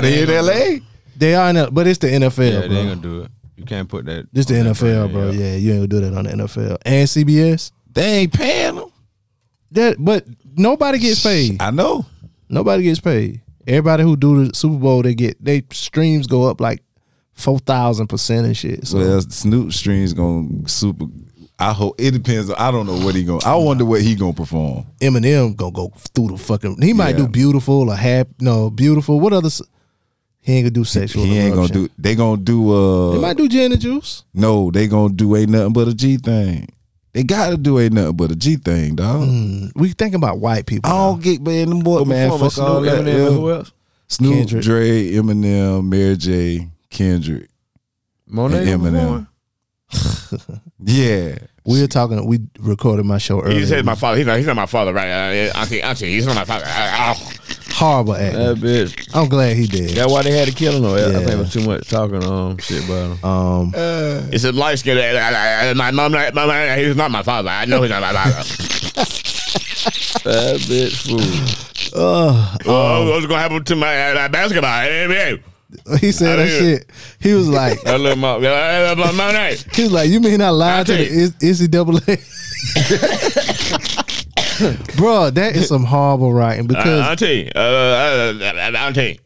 Speaker 4: they in L.A.
Speaker 7: they are. In, but it's the NFL,
Speaker 6: Yeah, they
Speaker 7: bro.
Speaker 6: ain't gonna do it. You can't put that.
Speaker 7: This the
Speaker 6: on that
Speaker 7: NFL,
Speaker 6: brand,
Speaker 7: bro.
Speaker 6: yeah.
Speaker 7: Yeah, you ain't gonna do that on the NFL and CBS.
Speaker 4: They ain't paying them.
Speaker 7: That, but nobody gets paid.
Speaker 4: I know.
Speaker 7: Nobody gets paid. Everybody who do the Super Bowl, they get they streams go up like four thousand percent and shit. So
Speaker 4: well, Snoop streams gonna super. I hope it depends. on- I don't know what he gonna. I wonder what he gonna perform.
Speaker 7: Eminem gonna go through the fucking. He might
Speaker 4: Yeah.
Speaker 7: do beautiful or happy. No, beautiful. What other? s- He ain't gonna do sexual.
Speaker 4: He ain't gonna
Speaker 7: Eruption.
Speaker 4: do. They gonna do. Uh,
Speaker 7: He might do gin and juice.
Speaker 4: no, they gonna do ain't nothing but a G thing. They gotta do ain't nothing but a G thing, dog.
Speaker 7: We thinking about white people.
Speaker 4: I don't get man, them boy, man, fuck
Speaker 6: Snoop,
Speaker 4: all that.
Speaker 6: Eminem,
Speaker 4: yeah.
Speaker 6: and who else?
Speaker 4: Snoop,
Speaker 7: Kendrick.
Speaker 4: Dre, Eminem, Mary J, Kendrick,
Speaker 6: Monet.
Speaker 4: and Eminem. yeah,
Speaker 7: We were talking. We recorded my show earlier.
Speaker 8: He said my father. He's not, he's not my father, right? Uh, auntie, auntie, he's not my father. Uh, uh.
Speaker 7: horrible act.
Speaker 6: That bitch.
Speaker 7: I'm glad he did.
Speaker 6: That's why they had to kill him. Though. I think
Speaker 7: Yeah.
Speaker 6: it was too much talking um shit about him.
Speaker 7: Um,
Speaker 4: Uh.
Speaker 8: It's a light
Speaker 6: uh,
Speaker 8: skin. My mom, my, my, he's not my father. I know he's not my father.
Speaker 6: that bitch fool.
Speaker 8: oh, what's gonna happen to my uh, basketball? Hey, hey,
Speaker 7: [LAUGHS] he said
Speaker 8: I
Speaker 7: that
Speaker 8: didn't-
Speaker 7: shit. He was like,
Speaker 8: hey. Look, my, uh, my, my name.
Speaker 7: he was like, you mean I lied to
Speaker 8: I
Speaker 7: the Is- [LAUGHS] NCAA? Bro, that is some horrible writing
Speaker 8: Uh,
Speaker 7: because
Speaker 8: auntie, uh, uh, uh, auntie.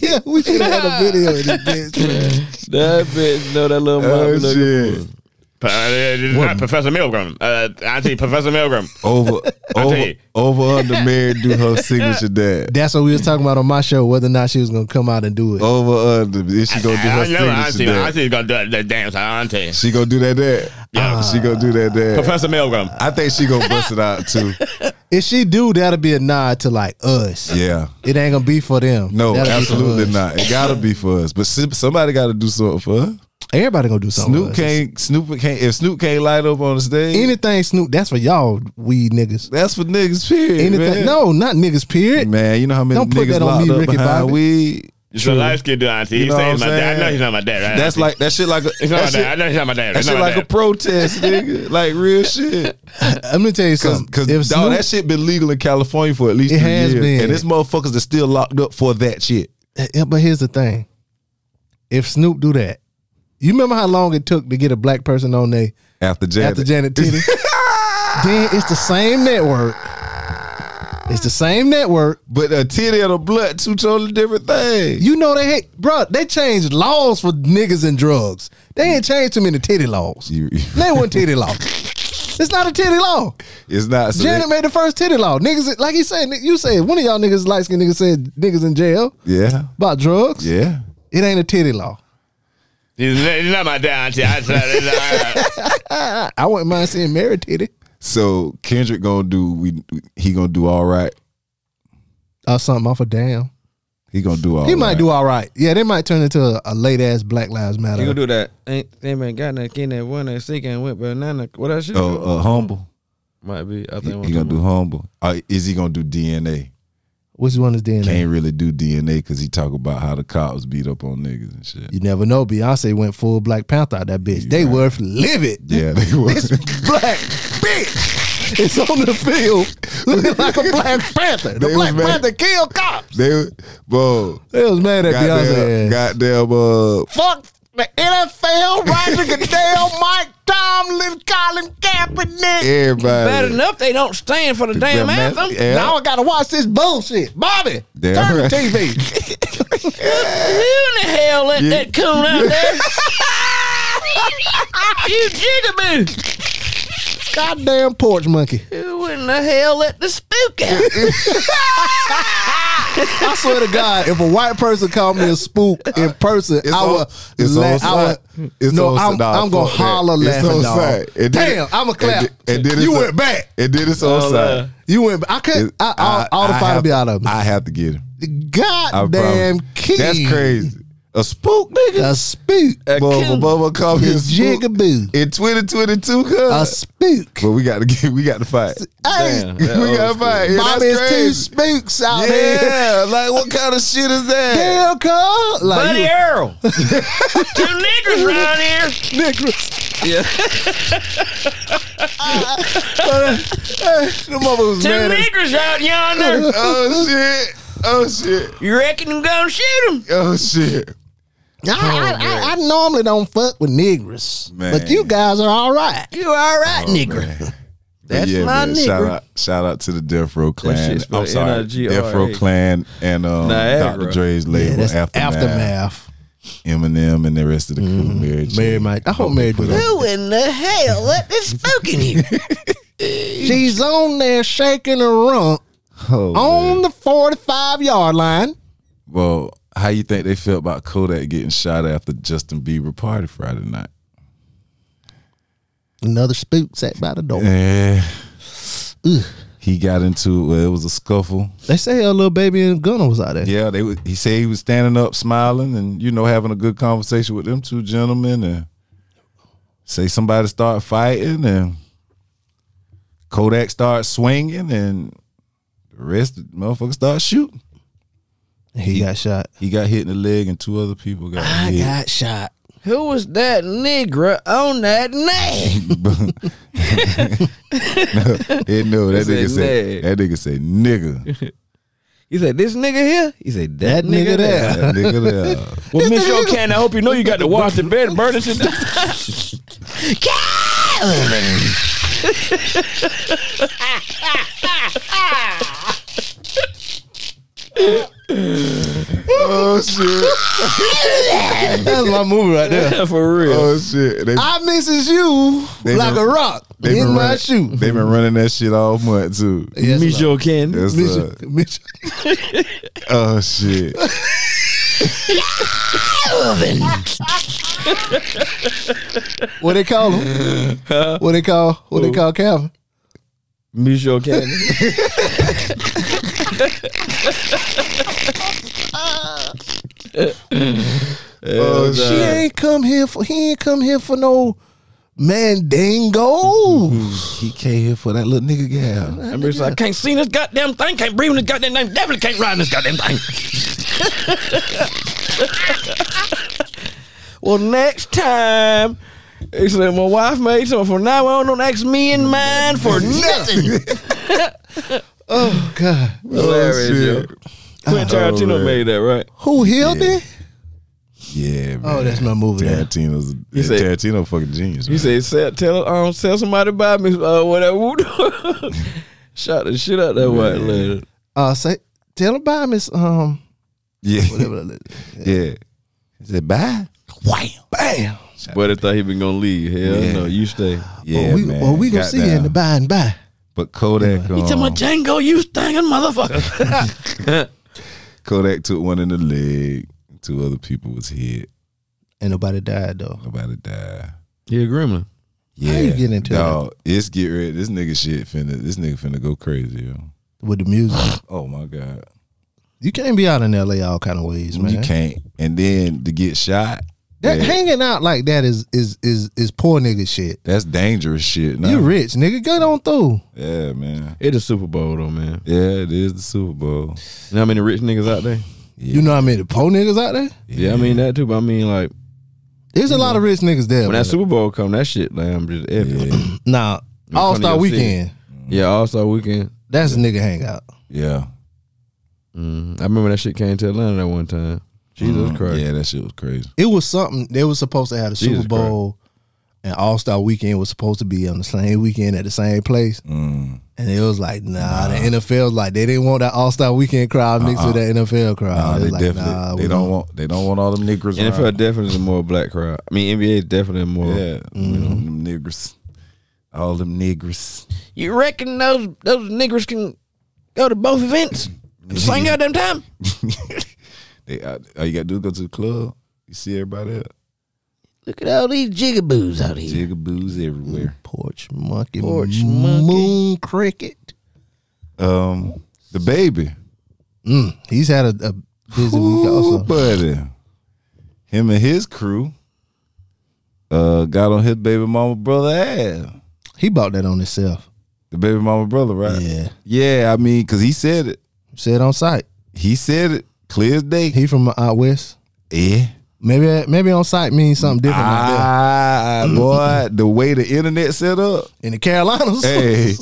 Speaker 7: yeah, we should have had a video of this
Speaker 4: [LAUGHS]
Speaker 7: bitch. man.
Speaker 6: That bitch know that little mommy
Speaker 4: oh,
Speaker 6: looking.
Speaker 4: shit.
Speaker 8: Uh, this is not Professor Milgram. Uh, auntie,
Speaker 4: [LAUGHS]
Speaker 8: Professor Milgram.
Speaker 4: over over
Speaker 8: Auntie.
Speaker 4: over under Mary do her signature dad.
Speaker 7: That's what we was talking about on my show, whether or not she was gonna come out and do
Speaker 4: Oh.
Speaker 7: it.
Speaker 4: Over under is she gonna do her
Speaker 8: I know
Speaker 4: signature
Speaker 8: auntie.
Speaker 4: dad?
Speaker 8: Auntie's gonna do that, that dance. Auntie.
Speaker 4: She gonna do that dad. Yeah, she gonna do that dad.
Speaker 8: Professor Milgram.
Speaker 4: I think she gonna bust it out
Speaker 8: [LAUGHS]
Speaker 4: too.
Speaker 7: If she do, that'll be a nod to like us.
Speaker 4: Yeah.
Speaker 7: It ain't gonna be for them.
Speaker 4: No,
Speaker 7: That'll be for
Speaker 4: absolutely
Speaker 7: us.
Speaker 4: not. It gotta be for us, but si- somebody gotta do something for her.
Speaker 7: Everybody gonna do something.
Speaker 4: Snoop
Speaker 7: with us.
Speaker 4: can't. Snoop can't. If Snoop can't light up on the stage,
Speaker 7: anything Snoop. That's for y'all weed niggas.
Speaker 4: that's for niggas. Period.
Speaker 7: Anything?
Speaker 4: man.
Speaker 7: No, not niggas. Period.
Speaker 4: man. You know how many
Speaker 7: Don't put
Speaker 4: niggas
Speaker 7: that on
Speaker 4: locked
Speaker 7: me,
Speaker 4: up
Speaker 7: Ricky
Speaker 4: behind
Speaker 7: Bobby.
Speaker 4: weed.
Speaker 8: It's a light skin, auntie.
Speaker 4: You
Speaker 8: He's
Speaker 4: know
Speaker 8: saying
Speaker 4: what
Speaker 8: my
Speaker 4: I'm
Speaker 8: dad. I know
Speaker 4: saying?
Speaker 8: he's not my dad. Right?
Speaker 4: That's like that shit. Like a,
Speaker 8: He's not my
Speaker 4: that
Speaker 8: dad. I
Speaker 4: shit,
Speaker 8: know he's not my dad.
Speaker 4: that
Speaker 8: He's
Speaker 4: shit
Speaker 8: not my
Speaker 4: like a
Speaker 8: dad.
Speaker 4: protest, nigga. Like real shit.
Speaker 7: Let me tell you
Speaker 4: Mm. Cause,
Speaker 7: something.
Speaker 4: cause
Speaker 7: Um, if
Speaker 4: dog,
Speaker 7: Snoop,
Speaker 4: that shit been legal in California for at least
Speaker 7: It
Speaker 4: three
Speaker 7: has
Speaker 4: years,
Speaker 7: been.
Speaker 4: and this motherfuckers are still locked up for that shit.
Speaker 7: Yeah, eh, but here's the thing. If Snoop do that, you remember how long it took to get a black person on they
Speaker 4: After Janet,
Speaker 7: after Janet Titty?
Speaker 4: [LAUGHS]
Speaker 7: then it's the same network. It's the same network.
Speaker 4: but a titty and a blood, two totally different things.
Speaker 7: You know they hate, bro. They changed laws for niggas and drugs. They ain't changed too many titty
Speaker 4: [LAUGHS]
Speaker 7: laws.
Speaker 4: You-
Speaker 7: Name one
Speaker 4: [LAUGHS]
Speaker 7: titty law. It's not a titty law.
Speaker 4: it's not. So
Speaker 7: Janet
Speaker 4: that-
Speaker 7: made the first titty law. Niggas, like he said, you said one of y'all niggas light skinned niggas said niggas in jail
Speaker 4: yeah,
Speaker 7: about drugs.
Speaker 4: yeah.
Speaker 7: It ain't a titty law.
Speaker 8: He's not- he's not my dad, auntie. I said,
Speaker 7: I wouldn't mind seeing Mary titty
Speaker 4: So Kendrick gonna do. We he gonna do all right.
Speaker 7: or something off a damn.
Speaker 4: He gonna do all.
Speaker 7: He might
Speaker 4: right.
Speaker 7: do all right. Yeah, they might turn into a, a late ass Black Lives
Speaker 6: He
Speaker 7: Matter.
Speaker 6: gonna do that. Ain't they man got nothing that one that sick and went banana. What that shit?
Speaker 4: Oh, uh, humble.
Speaker 6: Might be. I
Speaker 4: He,
Speaker 6: think
Speaker 4: he gonna do humble. Uh, is he gonna do DNA?
Speaker 7: Which one is DNA?
Speaker 4: Can't really do DNA because he talk about how the cops beat up on niggas and shit.
Speaker 7: You never know. Beyonce went full Black Panther out that bitch. They worth livid.
Speaker 4: Yeah,
Speaker 7: [LAUGHS]
Speaker 4: they was. [LAUGHS]
Speaker 7: Black bitch. It's on the field looking like a Black Panther. The
Speaker 4: They
Speaker 7: Black
Speaker 4: was mad.
Speaker 7: Panther killed cops.
Speaker 4: they, bro.
Speaker 7: They was mad at Beyonce.
Speaker 4: Goddamn,
Speaker 7: ass.
Speaker 4: goddamn, uh,
Speaker 7: fuck the NFL, Roger Goodell, Mike Tomlin, Colin Kaepernick.
Speaker 4: everybody.
Speaker 5: Bad enough they don't stand for the damn
Speaker 4: man-
Speaker 5: anthem.
Speaker 4: Yeah.
Speaker 7: Now I gotta watch this bullshit. Bobby,
Speaker 4: Damn
Speaker 7: turn
Speaker 4: right. [LAUGHS]
Speaker 7: the
Speaker 5: [LAUGHS]
Speaker 7: TV.
Speaker 5: Who in the hell let
Speaker 4: Yeah.
Speaker 5: that coon out there? [LAUGHS] you jigaboo!
Speaker 7: Goddamn porch monkey.
Speaker 5: Who in the hell let the spook out?
Speaker 7: I swear to God, if a white person called me a spook in person,
Speaker 4: It's
Speaker 7: I
Speaker 4: on-
Speaker 7: would.
Speaker 4: it's
Speaker 7: la-
Speaker 4: on
Speaker 7: I would-
Speaker 4: site. It's
Speaker 7: no,
Speaker 4: on
Speaker 7: I'm,
Speaker 4: site. Nah,
Speaker 7: I'm gonna
Speaker 4: fuck that.
Speaker 7: holler
Speaker 4: It's
Speaker 7: laughing
Speaker 4: on
Speaker 7: dog.
Speaker 4: site. It did-
Speaker 7: Damn, I'm a clap.
Speaker 4: it did- it did
Speaker 7: you
Speaker 4: it's a-
Speaker 7: went back.
Speaker 4: And then it's on side.
Speaker 7: You went. back. I couldn't. I, all, all the
Speaker 4: I
Speaker 7: fight
Speaker 4: have
Speaker 7: be out of me.
Speaker 4: I have to get him. I
Speaker 7: Goddamn
Speaker 4: promise.
Speaker 7: key.
Speaker 4: That's crazy. A spook, nigga.
Speaker 7: A spook.
Speaker 4: That Bubba, Bubba called me a
Speaker 7: A
Speaker 4: spook
Speaker 7: jigaboo.
Speaker 4: in 2022,
Speaker 7: A
Speaker 4: cuz.
Speaker 7: spook.
Speaker 4: But we got to get, we got to fight.
Speaker 7: Hey,
Speaker 4: [LAUGHS] we got to fight. Yeah,
Speaker 7: Bobby
Speaker 4: that's
Speaker 7: is two
Speaker 4: crazy.
Speaker 7: spooks out there.
Speaker 4: Yeah, like what kind of shit is that?
Speaker 7: Damn, cuz. Like,
Speaker 6: Buddy
Speaker 7: you-
Speaker 6: Earl.
Speaker 5: Two niggers around here.
Speaker 4: The mother was
Speaker 5: Two
Speaker 4: mad. at-
Speaker 5: niggers out yonder.
Speaker 4: [LAUGHS] Oh shit! Oh shit!
Speaker 5: You reckon you gonna shoot him?
Speaker 4: Oh shit!
Speaker 7: I, I, I, I normally don't fuck with niggas,
Speaker 4: Oh, Man.
Speaker 7: but you guys are all right.
Speaker 5: You all right, nigger? That's
Speaker 4: yeah,
Speaker 5: my
Speaker 4: man.
Speaker 5: nigger.
Speaker 4: Shout out, shout out to the Death Row Clan.
Speaker 6: shit's
Speaker 4: I'm
Speaker 6: spelled
Speaker 4: sorry,
Speaker 6: N-I-G-R-A.
Speaker 4: Death Row Clan and um,
Speaker 6: Niagara.
Speaker 4: Dr. Dre's label
Speaker 7: that's
Speaker 4: aftermath,
Speaker 7: aftermath.
Speaker 4: Eminem, and the rest of the crew.
Speaker 5: Mm-hmm.
Speaker 4: Mary, J.
Speaker 7: Mary, my I hope Mary do that.
Speaker 5: Who in the hell let this spook in here?
Speaker 7: [LAUGHS] She's on there shaking her rump
Speaker 4: Oh,
Speaker 7: on the 45 yard line.
Speaker 4: Well, how you think they felt about Kodak getting shot after Justin Bieber party Friday night?
Speaker 7: Another spook sat by the door.
Speaker 4: Yeah. Eh. He got into well, it was a scuffle.
Speaker 7: They say a little baby and Gunna was out there.
Speaker 4: Yeah, they was- he said he was standing up, smiling, and you know having a good conversation with them two gentlemen, and say somebody start fighting, and Kodak start swinging, and the rest of the motherfuckers start shooting.
Speaker 7: He got shot.
Speaker 4: He got hit in the leg, and two other people got [LAUGHS]
Speaker 7: I
Speaker 4: hit.
Speaker 7: got shot.
Speaker 5: Who was that nigger on that nag?
Speaker 4: Hey, no, that
Speaker 6: He
Speaker 4: nigga
Speaker 6: said
Speaker 4: say
Speaker 6: leg.
Speaker 4: that nigga say nigga.
Speaker 6: He said, "This nigga here." He said, "That,
Speaker 7: That nigga there.
Speaker 4: That nigga there.
Speaker 6: Well, Miss O'Can, I hope you know you got to wash the bed, burn it.
Speaker 4: [LAUGHS] Oh shit!
Speaker 7: [LAUGHS] That's my movie right there.
Speaker 6: for real.
Speaker 4: Oh shit! They,
Speaker 7: I misses you
Speaker 4: They
Speaker 7: like
Speaker 4: been-
Speaker 7: a rock
Speaker 4: they been
Speaker 7: in my
Speaker 4: running-
Speaker 7: shoe.
Speaker 4: They been running that shit all month too.
Speaker 7: Yes,
Speaker 6: Miss
Speaker 7: Lord.
Speaker 6: O'Can.
Speaker 4: That's
Speaker 7: Miss
Speaker 4: uh,
Speaker 7: you- miss you.
Speaker 4: oh
Speaker 7: [LAUGHS]
Speaker 4: shit.
Speaker 7: What they call him?
Speaker 4: [LAUGHS]
Speaker 7: What they call? What they call Calvin?
Speaker 6: Miss [LAUGHS] O'Can.
Speaker 4: Oh
Speaker 7: She
Speaker 4: shit.
Speaker 7: ain't come here for. He ain't come here for no
Speaker 4: [LAUGHS]
Speaker 7: mandingo.
Speaker 4: He came here for that little nigga gal.
Speaker 6: I mean, so I can't see this goddamn thing. Can't breathe in this goddamn thing. Definitely can't ride in this goddamn thing. well, next time. He said, my wife made something. From now on, don't ask me in mine for nothing.
Speaker 7: Oh God!
Speaker 4: Oh, shit. Oh,
Speaker 6: Quentin Tarantino
Speaker 4: man.
Speaker 6: made that, right?
Speaker 7: Who healed it?
Speaker 4: Yeah, man.
Speaker 7: Oh, that's my movie. Yeah.
Speaker 4: Tarantino's
Speaker 6: He said-
Speaker 4: Tarantino fucking genius.
Speaker 6: He
Speaker 4: man.
Speaker 6: said, sell, tell, um, sell somebody buy me uh, whatever. [LAUGHS] Shot the shit out that white lady.
Speaker 7: Uh, say tell him by Miss um
Speaker 4: yeah,
Speaker 7: whatever. that is.
Speaker 4: [LAUGHS] yeah. He said bye.
Speaker 7: Wham! Bam!
Speaker 6: But I thought he been going to leave. Hell
Speaker 4: Yeah.
Speaker 6: no, you stay.
Speaker 4: Yeah,
Speaker 7: well, we,
Speaker 4: man.
Speaker 7: well, we gonna see you in the
Speaker 4: Goddamn.
Speaker 7: by and by.
Speaker 4: But Kodak, um,
Speaker 6: Django, you stinking motherfucker.
Speaker 4: [LAUGHS] Kodak took one in the leg. Two other people was hit.
Speaker 7: And nobody died though.
Speaker 4: Nobody died.
Speaker 6: you a gremlin.
Speaker 4: Yeah,
Speaker 7: you getting into
Speaker 4: dog, It's get ready. This nigga shit finna. This nigga finna go crazy. Yo.
Speaker 7: With the music,
Speaker 4: Oh my god.
Speaker 7: you can't be out in L.A. all kind of ways, man.
Speaker 4: You can't. And then to get shot,
Speaker 7: That
Speaker 4: yeah,
Speaker 7: hanging out like that is is is is poor nigga shit.
Speaker 4: that's dangerous shit. Nah.
Speaker 7: You rich nigga, get on through.
Speaker 4: Yeah, man.
Speaker 6: It's a Super Bowl, though, man.
Speaker 4: Yeah, it is the Super Bowl.
Speaker 6: You know how many rich niggas out there?
Speaker 7: You know how many poor niggas out there?
Speaker 6: Yeah, I mean that too, but I mean, like,
Speaker 7: There's a lot of rich niggas there.
Speaker 6: when that
Speaker 7: man.
Speaker 6: Super Bowl come, that shit, like, I'm just everywhere. [CLEARS THROAT] Yeah,
Speaker 7: Nah,
Speaker 6: When
Speaker 7: All
Speaker 6: Kanye
Speaker 7: Star
Speaker 6: was
Speaker 7: Weekend.
Speaker 6: All Star Weekend.
Speaker 7: That's a nigga hangout.
Speaker 4: Yeah.
Speaker 6: Mm, I remember that shit came to Atlanta that one time. Jesus
Speaker 4: Mhm.
Speaker 6: Christ.
Speaker 4: Yeah, that shit was crazy.
Speaker 7: It was something they was supposed to have a
Speaker 6: Jesus
Speaker 7: Super Bowl and All Star Weekend was supposed to be on the same weekend at the same place.
Speaker 4: Mm.
Speaker 7: And it was like, nah, the NFL's like they didn't want that All Star Weekend crowd mixed with that NFL crowd.
Speaker 4: Uh-uh. Nah,
Speaker 7: It
Speaker 4: they
Speaker 7: was Oh, like,
Speaker 4: definitely
Speaker 7: nah, we
Speaker 4: they don't want they don't want all them niggers.
Speaker 6: NFL definitely is a more black crowd. I mean, NBA is definitely more.
Speaker 4: around. yeah, you know,
Speaker 7: Mm-hmm.
Speaker 4: them niggers, all them niggers.
Speaker 5: You reckon those those niggers can go to both events at the same goddamn time?
Speaker 4: They out, all you gotta do is go to the club. You see everybody else.
Speaker 5: Look at all these jigaboos out here.
Speaker 4: Jigaboos everywhere.
Speaker 7: Mm, porch monkey,
Speaker 5: Porch monkey.
Speaker 7: moon cricket.
Speaker 4: Um, the baby,
Speaker 7: Mm, he's had a, a busy week
Speaker 4: Ooh,
Speaker 7: also.
Speaker 4: buddy. him and his crew uh, got on his baby mama brother ass.
Speaker 7: He bought that on himself.
Speaker 4: The baby mama brother, right?
Speaker 7: Yeah.
Speaker 4: Yeah, I mean, cause he said it.
Speaker 7: Said on site.
Speaker 4: He said it clear as day. Eh.
Speaker 7: He from out west.
Speaker 4: yeah.
Speaker 7: Maybe maybe on site means something different out there.
Speaker 4: Ah, boy, the way the internet set up.
Speaker 7: In the Carolinas.
Speaker 4: Hey,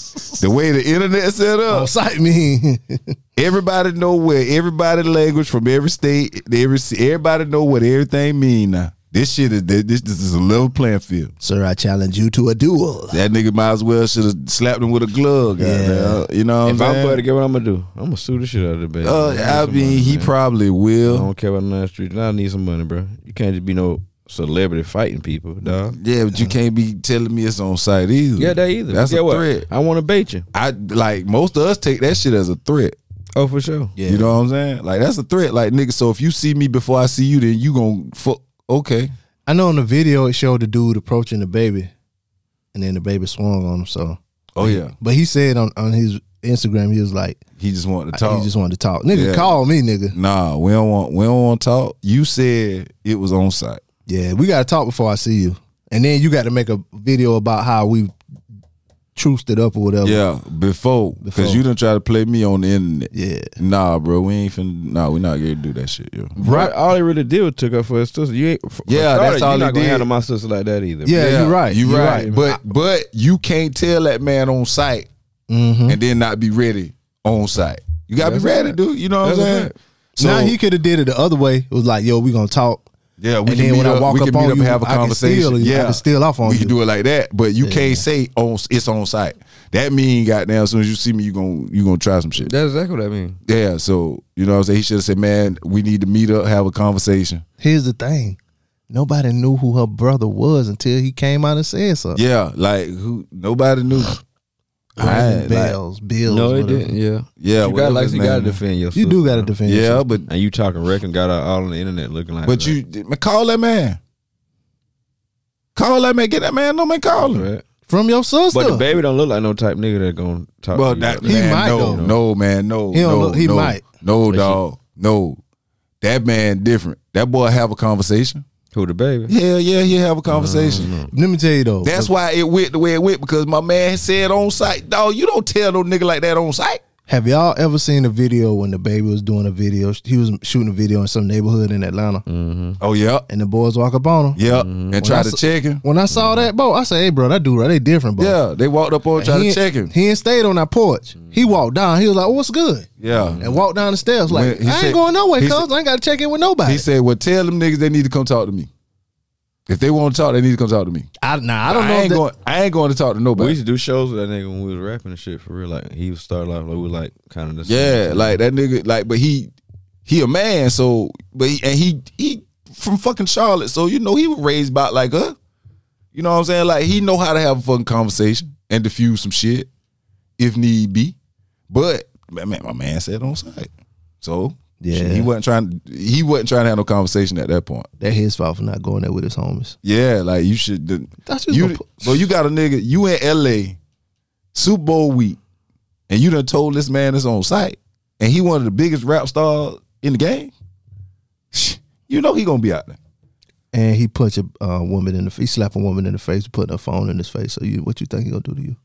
Speaker 4: the way the internet set
Speaker 7: [LAUGHS] On
Speaker 4: up,
Speaker 7: site mean [LAUGHS]
Speaker 4: everybody know where everybody language from every state, every ci- everybody know what everything mean now. This shit is this this is a level playing field.
Speaker 7: Sir, I challenge you to a duel.
Speaker 4: That nigga might as well should have slapped him with a glove. Yeah. You know what
Speaker 6: If
Speaker 4: I'm
Speaker 6: I'm
Speaker 4: saying?
Speaker 6: buddy, get what I'm gonna do? I'm gonna sue the shit out of the bitch.
Speaker 4: uh, I mean, he probably
Speaker 6: I
Speaker 4: will.
Speaker 6: don't care about none of the streets. Now I need some money, bro. You can't just be no celebrity fighting people, dog.
Speaker 4: Yeah, but you can't be telling me it's on site either.
Speaker 6: Yeah, that either.
Speaker 4: That's
Speaker 6: Get
Speaker 4: a
Speaker 6: what?
Speaker 4: threat.
Speaker 6: I want to bait you.
Speaker 4: I like most of us take that shit as a threat.
Speaker 6: Oh, for sure.
Speaker 7: Yeah.
Speaker 4: You know what I'm saying? Like that's a threat. Like nigga, so if you see me before I see you, then you gonna fuck. Okay.
Speaker 7: I know in the video it showed the dude approaching the baby and then the baby swung on him, so
Speaker 4: Oh yeah.
Speaker 7: but he said on, on his Instagram he was like
Speaker 4: He just wanted to
Speaker 7: he
Speaker 4: talk.
Speaker 7: just wanted to talk. Nigga,
Speaker 4: Yeah.
Speaker 7: call me, nigga.
Speaker 4: nah, we don't want we don't want to talk. You said it was on site.
Speaker 7: Yeah, we gotta talk before I see you. And then you gotta make a video about how we truced it up or whatever.
Speaker 4: Yeah, before because
Speaker 7: Before.
Speaker 4: you done try to play me on the internet.
Speaker 7: Yeah.
Speaker 4: Nah, bro, we ain't finna. Nah, we not gonna do that shit. Yo.
Speaker 6: Right. All he really did was took up for his sister. You ain't. For,
Speaker 4: Yeah,
Speaker 6: for
Speaker 4: that's
Speaker 6: starters,
Speaker 4: all
Speaker 6: you
Speaker 4: he
Speaker 6: not gonna
Speaker 4: did.
Speaker 6: handle my sister like that either.
Speaker 7: Yeah, you're right.
Speaker 4: You
Speaker 7: You're
Speaker 4: right.
Speaker 7: right.
Speaker 4: But but you can't tell that man on site
Speaker 7: Mm-hmm.
Speaker 4: and then not be ready on site. You gotta
Speaker 6: That's
Speaker 4: be ready,
Speaker 6: right.
Speaker 4: dude. You know what
Speaker 6: That's
Speaker 4: I'm saying?
Speaker 6: right.
Speaker 4: So
Speaker 7: now he could have did it the other way. It was like, yo, we gonna talk.
Speaker 4: yeah, we
Speaker 7: and
Speaker 4: can
Speaker 7: then
Speaker 4: meet
Speaker 7: when I
Speaker 4: up,
Speaker 7: walk
Speaker 4: we
Speaker 7: up
Speaker 4: can meet
Speaker 7: on
Speaker 4: up
Speaker 7: you,
Speaker 4: and have a
Speaker 7: I can
Speaker 4: conversation.
Speaker 7: steal you. I
Speaker 4: yeah,
Speaker 7: can steal off on
Speaker 4: we
Speaker 7: you.
Speaker 4: can do it like that, but you can't say on it's on site. That mean goddamn, as soon as you see me, you gonna you gonna try some shit.
Speaker 6: That's exactly what I mean.
Speaker 4: Yeah, so you know what I'm saying? He should have said, Man, we need to meet up, have a conversation.
Speaker 7: Here's the thing. Nobody knew who her brother was until he came out and said something.
Speaker 4: Yeah, like who nobody
Speaker 7: [SIGHS]
Speaker 4: knew. I,
Speaker 7: Ringing
Speaker 4: like,
Speaker 7: bells, bills.
Speaker 6: No, it
Speaker 7: whatever.
Speaker 6: didn't. Yeah.
Speaker 4: yeah,
Speaker 6: you
Speaker 4: whatever
Speaker 6: got like
Speaker 4: his
Speaker 6: you
Speaker 4: name
Speaker 6: got to
Speaker 4: is.
Speaker 6: defend your
Speaker 7: You
Speaker 6: sister.
Speaker 7: do got to defend.
Speaker 4: Yeah,
Speaker 7: yourself.
Speaker 4: but
Speaker 6: And you talking wreck and got out all on the internet looking like.
Speaker 4: but
Speaker 6: that.
Speaker 4: you man, call that man. Call that man, get that man, no man, call him.
Speaker 6: Right.
Speaker 7: from your sister.
Speaker 6: But the baby don't look like no type nigga that gonna talk.
Speaker 4: Well,
Speaker 6: to you
Speaker 4: that
Speaker 6: like
Speaker 7: He
Speaker 4: man,
Speaker 7: might,
Speaker 4: no,
Speaker 7: though.
Speaker 4: no, man, no,
Speaker 7: He don't
Speaker 4: no,
Speaker 7: look- he
Speaker 4: no,
Speaker 7: might.
Speaker 4: no,
Speaker 6: she-
Speaker 4: dog, no. That man different. That boy have a conversation.
Speaker 6: Who the baby?
Speaker 4: Hell yeah, he have a conversation.
Speaker 7: Let me tell you though.
Speaker 4: That's why it went the way it went because my man said on site, dog, you don't tell no nigga like that on site.
Speaker 7: Have y'all ever seen a video when the baby was doing a video? He was shooting a video in some neighborhood in Atlanta,
Speaker 6: Mm.
Speaker 4: Oh yeah,
Speaker 7: and the boys walk up on him.
Speaker 4: yeah, and try
Speaker 7: I
Speaker 4: to
Speaker 7: s-
Speaker 4: check him.
Speaker 7: When I saw that, bro, I said, "Hey, bro, that dude, right? They different, bro."
Speaker 4: Yeah, they walked up on him, tried
Speaker 7: he
Speaker 4: to
Speaker 7: ain't-
Speaker 4: check him.
Speaker 7: He ain't stayed on that porch. He walked down. He was like, oh, "What's good?"
Speaker 4: Yeah,
Speaker 7: And walked down the stairs like,
Speaker 4: When- he
Speaker 7: "I ain't
Speaker 4: said-
Speaker 7: going nowhere,
Speaker 4: he
Speaker 7: cuz
Speaker 4: said-
Speaker 7: I ain't got to check in with nobody."
Speaker 4: he said, well, tell them niggas they need to come talk to me. If they want to talk, they need to come talk to me.
Speaker 7: I, nah, I don't
Speaker 4: I
Speaker 7: know. if
Speaker 4: ain't
Speaker 7: that-
Speaker 4: going. I ain't going to talk to
Speaker 6: We
Speaker 4: nobody.
Speaker 6: used to do shows with that nigga when we was rapping and shit for real. Like he would start off like we were like kind of the same
Speaker 4: Yeah,
Speaker 6: shit.
Speaker 4: like that nigga, like, but he he a man, so but he, and he he from fucking Charlotte, so you know he was raised by like her. You know what I'm saying? Like he know how to have a fucking conversation and diffuse some shit if need be. But man, man, my man said on site, so
Speaker 7: Yeah.
Speaker 4: he wasn't trying. He wasn't trying to have no conversation at that point.
Speaker 7: That his fault for not going there with his homies.
Speaker 4: Yeah, like you should.
Speaker 7: That's just
Speaker 4: You,
Speaker 7: gonna put-
Speaker 4: so you got a nigga. You in L.A. Super Bowl week, and you done told this man it's on site, and he one of the biggest rap stars in the game. You know he gonna be out there.
Speaker 7: And he punch a uh, woman in the face. He slap a woman in the face, putting a phone in his face. So you, what you think he gonna do to you?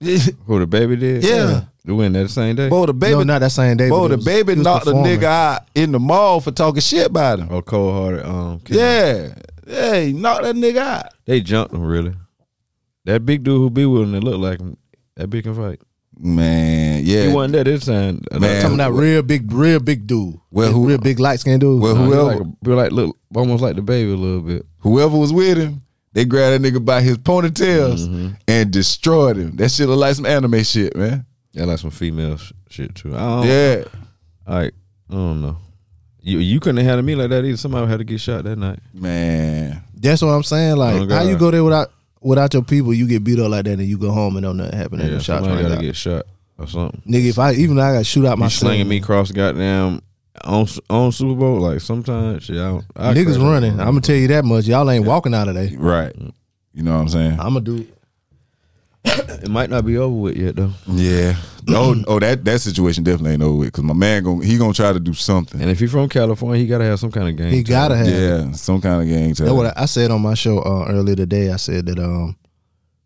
Speaker 7: [LAUGHS]
Speaker 6: who the baby did.
Speaker 4: Yeah.
Speaker 6: we went that same day.
Speaker 4: Boy, the baby,
Speaker 7: no, not that same day.
Speaker 4: boy,
Speaker 7: but it
Speaker 4: the
Speaker 7: was-
Speaker 4: baby
Speaker 7: he was
Speaker 4: knocked the
Speaker 7: performing.
Speaker 4: nigga out in the mall for talking shit about him.
Speaker 6: Or cold hearted. Oh, Um, kid.
Speaker 4: Yeah, yeah, he knocked that nigga out.
Speaker 6: they jumped him really. That big dude who be with him that look like him. That big can fight.
Speaker 4: Man, yeah.
Speaker 6: He wasn't there this time.
Speaker 4: Man.
Speaker 7: Talking about real big, real big dude.
Speaker 4: Well,
Speaker 7: Well,
Speaker 4: who-
Speaker 7: real big light skinned dude.
Speaker 4: Well,
Speaker 6: Nah, he
Speaker 4: whoever,
Speaker 6: like, a- he like look almost like the baby a little bit.
Speaker 4: whoever was with him, they grabbed that nigga by his ponytails
Speaker 7: Mm-hmm.
Speaker 4: and destroyed him. That shit look like some anime shit, man.
Speaker 6: Yeah, like some female sh- shit too. I
Speaker 7: Oh,
Speaker 6: don't,
Speaker 4: Yeah.
Speaker 6: Like I don't know. You you couldn't have handled me like that either. Somebody had to get shot that night.
Speaker 4: Man.
Speaker 7: That's what I'm saying.
Speaker 6: Oh,
Speaker 7: Like,
Speaker 6: God.
Speaker 7: how you go there without without your people? You get beat up like that, and you go home and don't nothing happen. and
Speaker 6: Yeah,
Speaker 7: no shots
Speaker 6: somebody
Speaker 7: rang
Speaker 6: got
Speaker 7: out.
Speaker 6: to get shot or something.
Speaker 7: Nigga, if I even I got to shoot out my
Speaker 6: you slinging
Speaker 7: cell,
Speaker 6: me cross goddamn on on Super Bowl like sometimes shit. I, don't- I crash
Speaker 7: Niggas
Speaker 6: out.
Speaker 7: running. I'm gonna tell you that much. Y'all ain't walking out of there. Uh,
Speaker 4: Right. You know what I'm saying?
Speaker 7: I'm gonna do.
Speaker 6: It might not be over with yet though.
Speaker 4: Yeah. [CLEARS THROAT] Oh, oh, that that situation definitely ain't over with because my man going he gonna try to do something.
Speaker 6: And if he's from California, he gotta have some kind of game.
Speaker 7: He gotta have.
Speaker 4: Yeah, some kind of game.
Speaker 7: That's
Speaker 4: time.
Speaker 7: what I, I said on my show uh, earlier today. I said that um,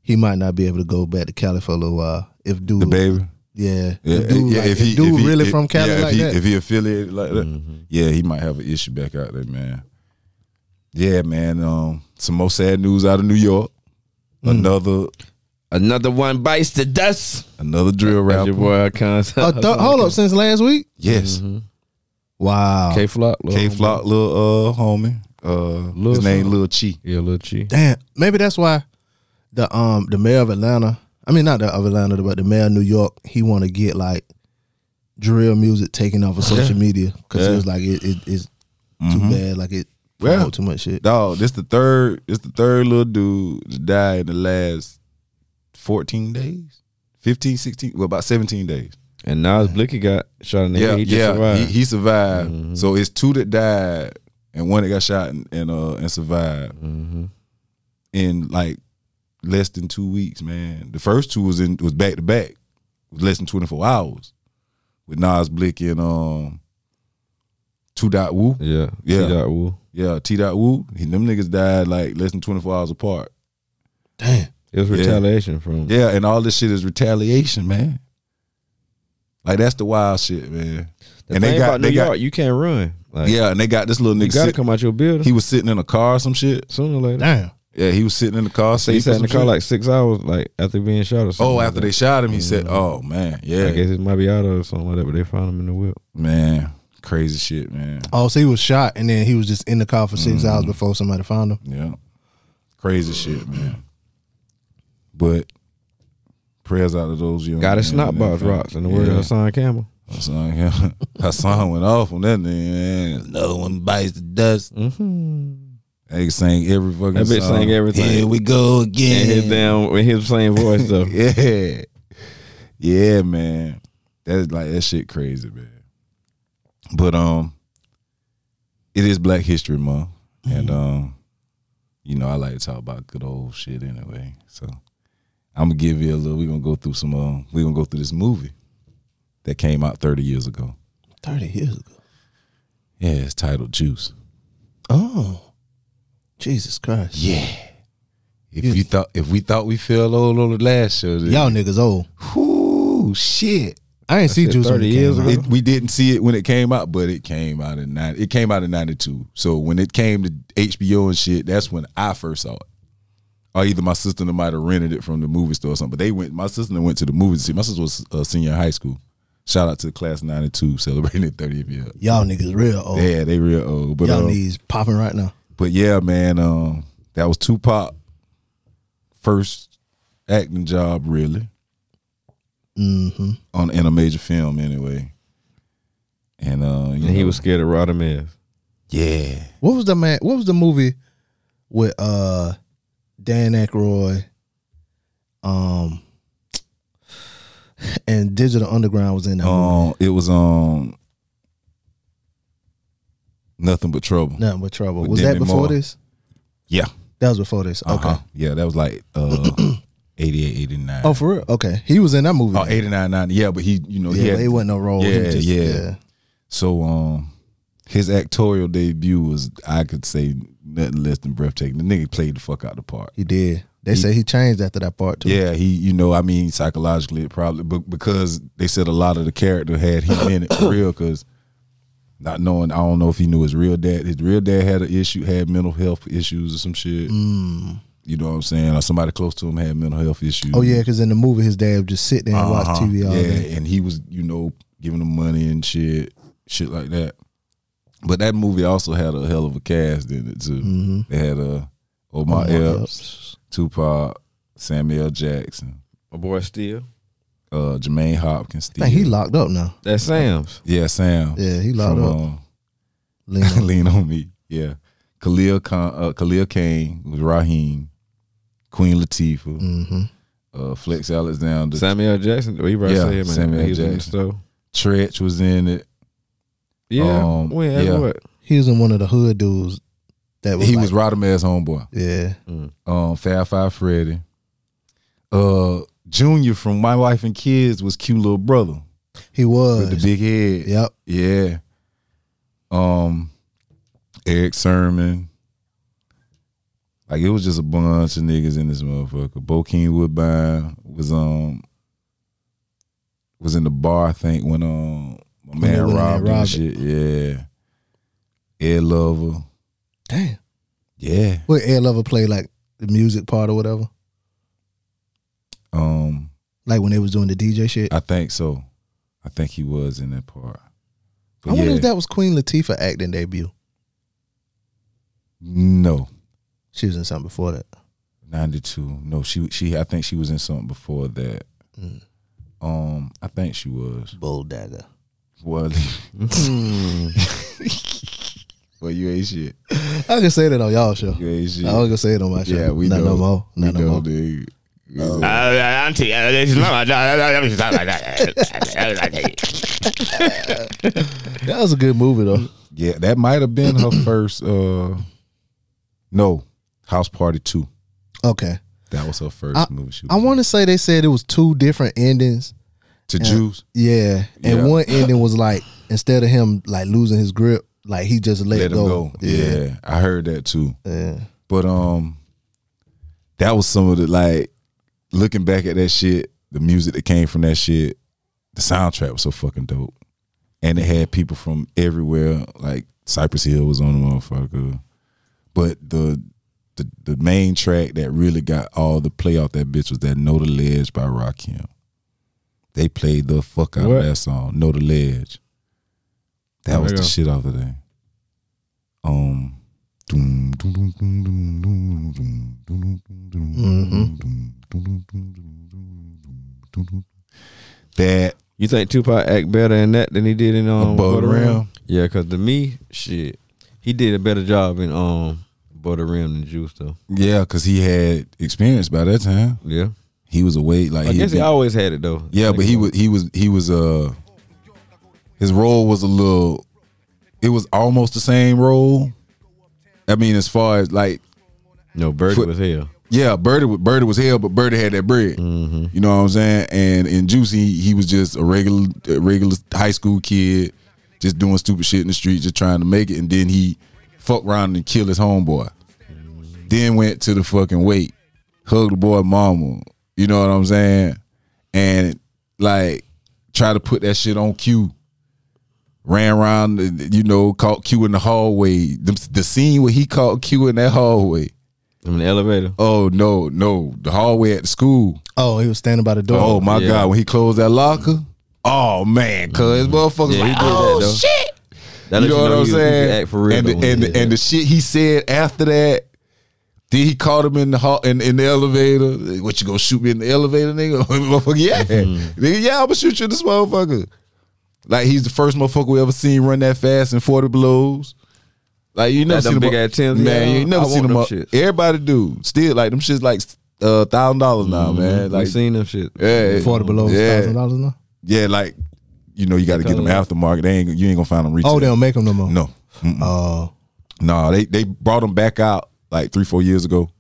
Speaker 7: he might not be able to go back to Cali for a little while if dude,
Speaker 4: the baby.
Speaker 7: yeah,
Speaker 4: Yeah,
Speaker 7: if dude,
Speaker 4: yeah,
Speaker 7: like, if dude really from Cali
Speaker 4: yeah, if
Speaker 7: like
Speaker 4: he,
Speaker 7: that, Mm-hmm.
Speaker 4: If he affiliated like that, yeah, he might have an issue back out there, man. Yeah, man. Um, some more sad news out of New York.
Speaker 7: Mm.
Speaker 4: Another
Speaker 6: Another one bites the dust.
Speaker 4: another drill
Speaker 6: That's your
Speaker 4: rapper.
Speaker 6: boy Icon.
Speaker 7: Oh, th- hold up, since last week,
Speaker 4: Yes,
Speaker 7: Mm-hmm. wow,
Speaker 6: K Flock.
Speaker 4: K Flock, little uh homie. Uh,
Speaker 6: Lil
Speaker 4: his name
Speaker 6: something.
Speaker 4: Lil Chi.
Speaker 6: Yeah, Lil Chi.
Speaker 7: damn, maybe that's why the um the mayor of Atlanta, I mean not the of Atlanta, but the mayor of New York, he want to get like drill music taken off of social media because it was like it, it it's too bad, like it
Speaker 4: Mm-hmm. Yeah.
Speaker 7: promote too much shit.
Speaker 4: Dog, this the third. This the third little dude to die in the last fourteen days, 15, 16, well about seventeen days.
Speaker 6: And Nas Blicky got shot in the
Speaker 4: yeah,
Speaker 6: head. He just
Speaker 4: yeah,
Speaker 6: survived.
Speaker 4: He, he survived. So it's two that died and one that got shot and, and uh and survived in like less than two weeks, man. The first two was in was back to back, was less than twenty four hours with Nas Blicky and um Two Dot Woo,
Speaker 6: yeah,
Speaker 4: Yeah.
Speaker 6: T. Dot Wu.
Speaker 4: yeah, T Dot Woo. He, them niggas died like less than twenty four hours apart.
Speaker 7: Damn,
Speaker 6: It was
Speaker 4: Yeah.
Speaker 6: retaliation from.
Speaker 4: Yeah, and all this shit is retaliation, man. Like that's the wild shit, man.
Speaker 6: The
Speaker 4: and they
Speaker 6: thing
Speaker 4: got
Speaker 6: about New
Speaker 4: they got
Speaker 6: York, you can't run. Like,
Speaker 4: yeah, and they got this little
Speaker 6: you
Speaker 4: nigga.
Speaker 6: gotta
Speaker 4: sit-
Speaker 6: come out your building
Speaker 4: He was sitting in a car or some shit.
Speaker 6: sooner or later.
Speaker 7: damn,
Speaker 4: Yeah, he was sitting in the car.
Speaker 6: So he
Speaker 4: asleep or
Speaker 6: sat in the
Speaker 4: some
Speaker 6: car
Speaker 4: shit.
Speaker 6: like six hours, like after being shot or something.
Speaker 4: oh,
Speaker 6: like
Speaker 4: after
Speaker 6: that.
Speaker 4: they shot him, he said, "Oh man,
Speaker 6: Mm-hmm. I
Speaker 4: yeah,
Speaker 6: guess it might be out or something like that, but they found him in the whip.
Speaker 4: man, crazy shit, man,
Speaker 7: oh, so he was shot and then he was just in the car for 6
Speaker 4: Mm.
Speaker 7: hours before somebody found him.
Speaker 4: yeah, crazy shit, man." But prayers out of those young.
Speaker 6: Got a
Speaker 4: men
Speaker 6: snot
Speaker 4: and
Speaker 6: box
Speaker 4: their
Speaker 6: rocks in the
Speaker 4: family.
Speaker 6: word
Speaker 4: Yeah.
Speaker 6: of Hassan Campbell.
Speaker 4: Hassan, yeah.
Speaker 6: [LAUGHS]
Speaker 4: Hassan went off on that thing, man. Another one bites the dust. They sang every fucking.
Speaker 6: Mm-hmm. That bitch
Speaker 4: song.
Speaker 6: sang everything.
Speaker 4: Here we go again.
Speaker 6: And his damn with his same voice though.
Speaker 4: [LAUGHS] yeah, yeah, man. That's like that shit crazy, man. But um, it is Black History Month,
Speaker 6: Mm-hmm.
Speaker 4: and um, you know I like to talk about good old shit anyway. So I'm gonna give you a little. We're gonna go through some. Um, we're gonna go through this movie that came out 30 years ago.
Speaker 7: Thirty years ago.
Speaker 4: Yeah, it's titled Juice.
Speaker 7: Oh, Jesus Christ!
Speaker 4: Yeah. If you thought if we thought we fell old on the last show, then,
Speaker 7: Y'all niggas old.
Speaker 4: whoo shit.
Speaker 7: I ain't see
Speaker 6: said
Speaker 7: Juice
Speaker 6: 30
Speaker 7: 30
Speaker 6: years
Speaker 7: years
Speaker 6: ago.
Speaker 7: ago.
Speaker 4: It, we didn't see it when it came out, but it came out in nine. It came out in ninety two. So when it came to HBO and shit, that's when I first saw it. Or either my sister and might have rented it from the movie store or something. But they went. My sister and went to the movies to see. My sister was a senior in high school. Shout out to the class of ninety two [LAUGHS] celebrating their thirtieth year.
Speaker 7: Y'all niggas real old.
Speaker 4: Yeah, they real old. But
Speaker 7: Y'all
Speaker 4: um,
Speaker 7: knees popping right now.
Speaker 4: but yeah, man, um, that was Tupac first acting job really
Speaker 7: Mm-hmm.
Speaker 4: on in a major film anyway. And uh, you
Speaker 6: And he
Speaker 4: know,
Speaker 6: was scared of Rodamez.
Speaker 4: yeah.
Speaker 7: What was the man? What was the movie with uh Dan Aykroyd? Um, and Digital Underground was in that movie.
Speaker 4: Um, it was um nothing but trouble.
Speaker 7: Nothing but trouble.
Speaker 4: with
Speaker 7: Was that
Speaker 4: Demi
Speaker 7: before
Speaker 4: Moore.
Speaker 7: this?
Speaker 4: Yeah.
Speaker 7: That was before this. Okay.
Speaker 4: Uh-huh. Yeah, that was like
Speaker 7: [CLEARS THROAT]
Speaker 4: uh 88, 89.
Speaker 7: Oh, for real? Okay. He was in that movie.
Speaker 4: Oh,
Speaker 7: then.
Speaker 4: 89, 90. Yeah, but he, you know,
Speaker 7: yeah,
Speaker 4: he had,
Speaker 7: but it wasn't no role. He
Speaker 4: Yeah,
Speaker 7: just-
Speaker 4: yeah. so um his actorial debut was I could say nothing less than breathtaking. The nigga played the fuck out the part.
Speaker 7: He did. They say he changed after that part too.
Speaker 4: Yeah, he, you know, I mean, psychologically, it probably, but because they said a lot of the character had him in it for real, because not knowing, I don't know if he knew his real dad. His real dad had an issue, had mental health issues or some shit. You know what I'm saying? Or somebody close to him had mental health issues.
Speaker 7: Mm. Oh yeah, because in the movie his dad would just sit there and watch
Speaker 4: Uh-huh.
Speaker 7: TV all
Speaker 4: yeah,
Speaker 7: day.
Speaker 4: and he was, you know, giving him money and shit, shit like that. But that movie also had a hell of a cast in it too. They had uh, Omar,
Speaker 7: Mm-hmm. Omar
Speaker 4: Epps, Tupac, Samuel Jackson.
Speaker 6: My boy Steele.
Speaker 4: uh, Jermaine Hopkins.
Speaker 7: I think he
Speaker 4: Steve.
Speaker 7: locked up now.
Speaker 6: That's Sam's.
Speaker 4: yeah, Sam.
Speaker 7: Yeah, he locked
Speaker 4: from,
Speaker 7: up.
Speaker 4: [LAUGHS]
Speaker 7: Lean
Speaker 4: Um,
Speaker 7: on.
Speaker 4: Lean on me. Yeah, Khalil Khan, uh, Khalil Kane with Raheem, Queen Latifah,
Speaker 7: Mm-hmm.
Speaker 4: uh, Flex Alexander.
Speaker 6: Samuel Jackson. Well, you right
Speaker 4: Yeah,
Speaker 6: yeah, him
Speaker 4: Samuel
Speaker 6: Samuel he was in the
Speaker 4: Jackson.
Speaker 6: store.
Speaker 4: Tretch was in it.
Speaker 6: Yeah.
Speaker 4: Um,
Speaker 6: Wait, that's
Speaker 4: yeah.
Speaker 6: what?
Speaker 7: He was in one of the hood dudes that was
Speaker 4: He
Speaker 7: like-
Speaker 4: was Rodimaz homeboy.
Speaker 7: Yeah.
Speaker 4: Um, Fab Five Freddy. uh Junior from My Wife and Kids was cute little brother
Speaker 7: He was.
Speaker 4: with the big head.
Speaker 7: Yep.
Speaker 4: Yeah. Um, Eric Sermon. Like it was just a bunch of niggas in this motherfucker. Bokeem Woodbine was um was in the bar, I think, when um my
Speaker 7: they
Speaker 4: man
Speaker 7: went in there
Speaker 4: robbed him
Speaker 7: robbed
Speaker 4: and shit. Yeah. Ed Lover.
Speaker 7: Damn.
Speaker 4: Yeah.
Speaker 7: What Ed Lover played like the music part or whatever?
Speaker 4: Um,
Speaker 7: Like when they was doing the DJ shit. I,
Speaker 4: I think so. I think he was in that part. But
Speaker 7: wonder
Speaker 4: yeah,
Speaker 7: if that was Queen Latifah acting debut.
Speaker 4: no.
Speaker 7: She was in something before that.
Speaker 4: 92 no she she i think she was in something before that
Speaker 7: Mm.
Speaker 4: um i think she was
Speaker 7: Bull Dagger.
Speaker 4: [LAUGHS] was well you ain't shit
Speaker 7: I can say that on y'all show.
Speaker 4: you ain't shit
Speaker 7: I was gonna say it on my show.
Speaker 4: yeah we
Speaker 7: Not
Speaker 4: know
Speaker 7: no more.
Speaker 4: we
Speaker 7: Not no
Speaker 4: know,
Speaker 7: more.
Speaker 4: dude We know.
Speaker 8: Auntie, uh, it's
Speaker 4: [LAUGHS]
Speaker 8: not-
Speaker 7: That was a good movie though.
Speaker 4: yeah that might have been her first uh no house party 2
Speaker 7: Okay.
Speaker 4: that was her first movie she
Speaker 7: I
Speaker 4: was in.
Speaker 7: want to say they said it was two different endings.
Speaker 4: to Jews
Speaker 7: Yeah, and
Speaker 4: Yeah.
Speaker 7: one ending was like instead of him like losing his grip, like he just let,
Speaker 4: let him
Speaker 7: go.
Speaker 4: go yeah. i heard that too
Speaker 7: yeah.
Speaker 4: but um that was some of the like looking back at that shit, the music that came from that shit, the soundtrack was so fucking dope. And it had people from everywhere, like Cypress Hill was on the motherfucker. But the the, the main track that really got all the play off that bitch was that Know the Ledge by Rakim. They played the fuck out
Speaker 6: What?
Speaker 4: of that song, Know the Ledge. That was the
Speaker 6: There you go.
Speaker 4: shit off of that. Um doom, doom, doom, doom, doom, doom, doom, doom, doom, doom,
Speaker 6: Mm-hmm.
Speaker 7: Mhm.
Speaker 4: doom, doom, doom, doom, doom, doom. That
Speaker 6: You think Tupac act better in that than he did in um,
Speaker 4: Above the Rim?
Speaker 6: Yeah, because to me, shit, he did a better job in um Above the Rim than Juice though.
Speaker 4: yeah, because he had experience by that time.
Speaker 6: Yeah,
Speaker 4: He was away like
Speaker 6: I
Speaker 4: he
Speaker 6: guess he
Speaker 4: been-
Speaker 6: always had it though.
Speaker 4: yeah, but he was he was he was uh his role was a little it was almost the same role. I mean, as far as like
Speaker 6: no Bird
Speaker 4: Foot-
Speaker 6: was hell.
Speaker 4: Yeah, Birdie, wa- Birdie was hell, but Birdie had that bread. You know what I'm saying? And in Juicy, he was just a regular, a regular high school kid, just doing stupid shit in the street, just trying to make it. And then he fucked around and killed his homeboy. Then went to the fucking wait, hugged the boy mama. You know what I'm saying? And like, try to put that shit on Q. Ran around, you know, caught Q in the hallway. The, the scene where he caught Q in that hallway.
Speaker 6: I'm in the elevator.
Speaker 4: Oh no, no! The hallway at the school.
Speaker 7: Oh, he was standing by the door.
Speaker 4: Oh my
Speaker 6: yeah.
Speaker 4: god! When he closed that locker. Oh man, cuz motherfuckers
Speaker 6: Mm-hmm. Yeah, he
Speaker 4: like,
Speaker 6: did
Speaker 4: oh
Speaker 6: that, though.
Speaker 4: shit!
Speaker 6: That
Speaker 4: you
Speaker 6: lets
Speaker 4: know what
Speaker 6: you
Speaker 4: I'm
Speaker 6: he- he can
Speaker 4: saying?
Speaker 6: act for real.
Speaker 4: and the,
Speaker 6: though when
Speaker 4: and,
Speaker 6: he
Speaker 4: the,
Speaker 6: did
Speaker 4: and the
Speaker 6: that.
Speaker 4: shit he said after that. Then he called him in the hall, in, in the elevator. Like, What you gonna shoot me in the elevator, nigga? [LAUGHS] motherfucker, yeah,
Speaker 6: Mm-hmm.
Speaker 4: nigga, yeah, I'm gonna shoot you in this motherfucker. Like he's the first motherfucker we ever seen run that fast in 40 blows. Like you never
Speaker 6: them
Speaker 4: seen
Speaker 6: big
Speaker 4: them
Speaker 6: ass Timbs,
Speaker 4: man.
Speaker 6: yeah,
Speaker 4: you ain't never
Speaker 6: I
Speaker 4: seen
Speaker 6: want
Speaker 4: them.
Speaker 6: them
Speaker 4: up.
Speaker 6: shits.
Speaker 4: Everybody do still like them shits like uh thousand dollars now, man.
Speaker 6: Mm-hmm. we
Speaker 4: Like
Speaker 6: seen them shit.
Speaker 4: yeah,
Speaker 7: Forty below
Speaker 4: yeah.
Speaker 7: thousand dollars now.
Speaker 4: yeah, like you know you got to get them aftermarket. They ain't you ain't gonna find them retail.
Speaker 7: Oh, they don't make them no more.
Speaker 4: no,
Speaker 7: Oh,
Speaker 4: no, they they brought them back out like three four years ago,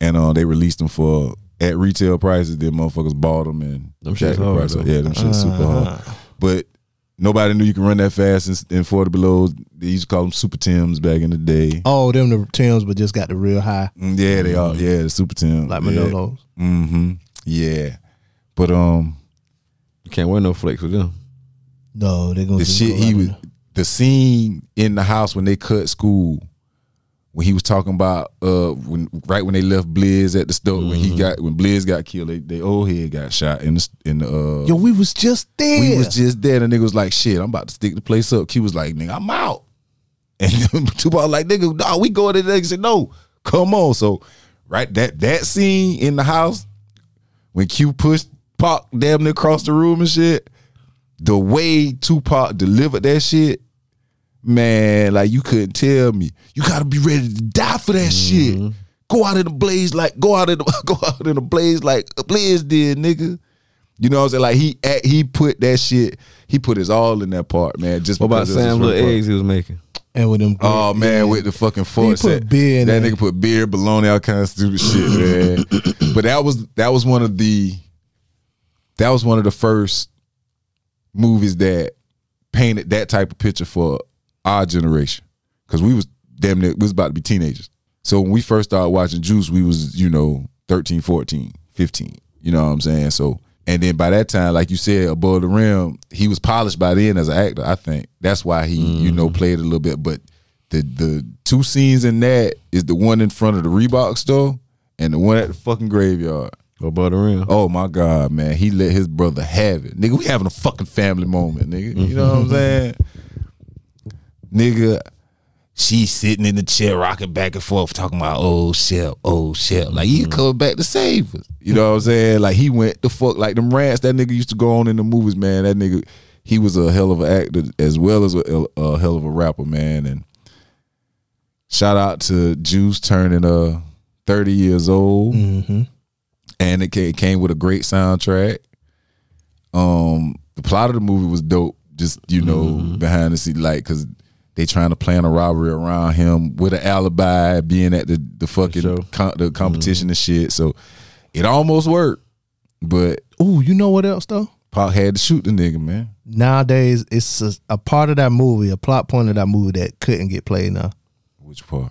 Speaker 4: and uh they released them for at retail prices. Then motherfuckers bought them and
Speaker 6: Them
Speaker 4: jacked
Speaker 6: shits
Speaker 4: the
Speaker 6: hard,
Speaker 4: price up.
Speaker 6: though.
Speaker 4: yeah, them shit super
Speaker 7: uh-huh. Ah.
Speaker 4: hard. But nobody knew you could run that fast in, in forty below. They used to call them super tims back in the day.
Speaker 7: oh, them the Tims, but just got the real high
Speaker 4: Mm, Yeah, they are. Yeah, the super tims
Speaker 7: like
Speaker 4: yeah.
Speaker 7: Manolos.
Speaker 4: Mm-hmm. Yeah, but um.
Speaker 6: You can't wear no flex with them.
Speaker 7: No, they gonna
Speaker 4: the
Speaker 7: just
Speaker 4: shit
Speaker 7: go
Speaker 4: he
Speaker 7: out
Speaker 4: was
Speaker 7: there.
Speaker 4: the scene in the house when they cut school when he was talking about uh when right when they left Blizz at the store when he got when Blizz got killed they, they old head got shot in the in the uh
Speaker 7: Yo, we was just there.
Speaker 4: we was just there and the nigga was like shit I'm about to stick the place up Q was like nigga I'm out [LAUGHS] and Tupac like nigga nah we going in there He said no come on so right that that scene in the house when Q pushed Pac damn near across the room and shit, the way Tupac delivered that shit, man, like you couldn't tell me. You gotta be ready to die for that
Speaker 7: Mm-hmm.
Speaker 4: shit. Go out in a blaze like go out in a, [LAUGHS] go out in a blaze like Blaze did, nigga. You know what I'm saying? Like he act- he put that shit, he put his all in that part, man. Just
Speaker 6: What about
Speaker 4: because it was
Speaker 6: Sam's
Speaker 4: his
Speaker 6: little
Speaker 4: part.
Speaker 6: eggs he was making?
Speaker 7: and with them. Great,
Speaker 4: Oh man, with the fucking force.
Speaker 7: put beer in
Speaker 4: that
Speaker 7: there.
Speaker 4: nigga put beer, bologna, all kinds of stupid
Speaker 7: [COUGHS]
Speaker 4: shit, man. But that was that was one of the that was one of the first movies that painted that type of picture for our generation. Cause we was damn near we was about to be teenagers. So when we first started watching Juice, we was, you know, 13, 14, 15. You know what I'm saying? So and then by that time, like you said, above the rim, he was polished by then as an actor, I think. That's why he, you know, played a little bit. But the the two scenes in that is the one in front of the Reebok store and the one at the fucking graveyard.
Speaker 9: Go butter in.
Speaker 4: Oh my God, man. He let his brother have it. Nigga, we having a fucking family moment, nigga. You know what I'm saying? Nigga, she sitting in the chair rocking back and forth talking about old Shep, old Shep. Like you come back to save us. You know what I'm saying? Like he went the fuck like them rants that nigga used to go on in the movies, man. That nigga, he was a hell of an actor as well as a, a hell of a rapper, man. And shout out to Juice turning uh 30 years old
Speaker 7: hmm
Speaker 4: and it ca- it came with a great soundtrack. Um, the plot of the movie was dope. Just you know,
Speaker 7: Mm-hmm.
Speaker 4: behind the scene, like because they trying to plan a robbery around him with an alibi, being at the the fucking
Speaker 9: sure.
Speaker 4: com- the
Speaker 7: Mm-hmm.
Speaker 4: competition and shit. So it almost worked, but
Speaker 7: Ooh, you know what else though?
Speaker 4: Pac had to shoot the nigga, man.
Speaker 7: Nowadays, it's a, a part of that movie, a plot point of that movie that couldn't get played. Now,
Speaker 4: Which part?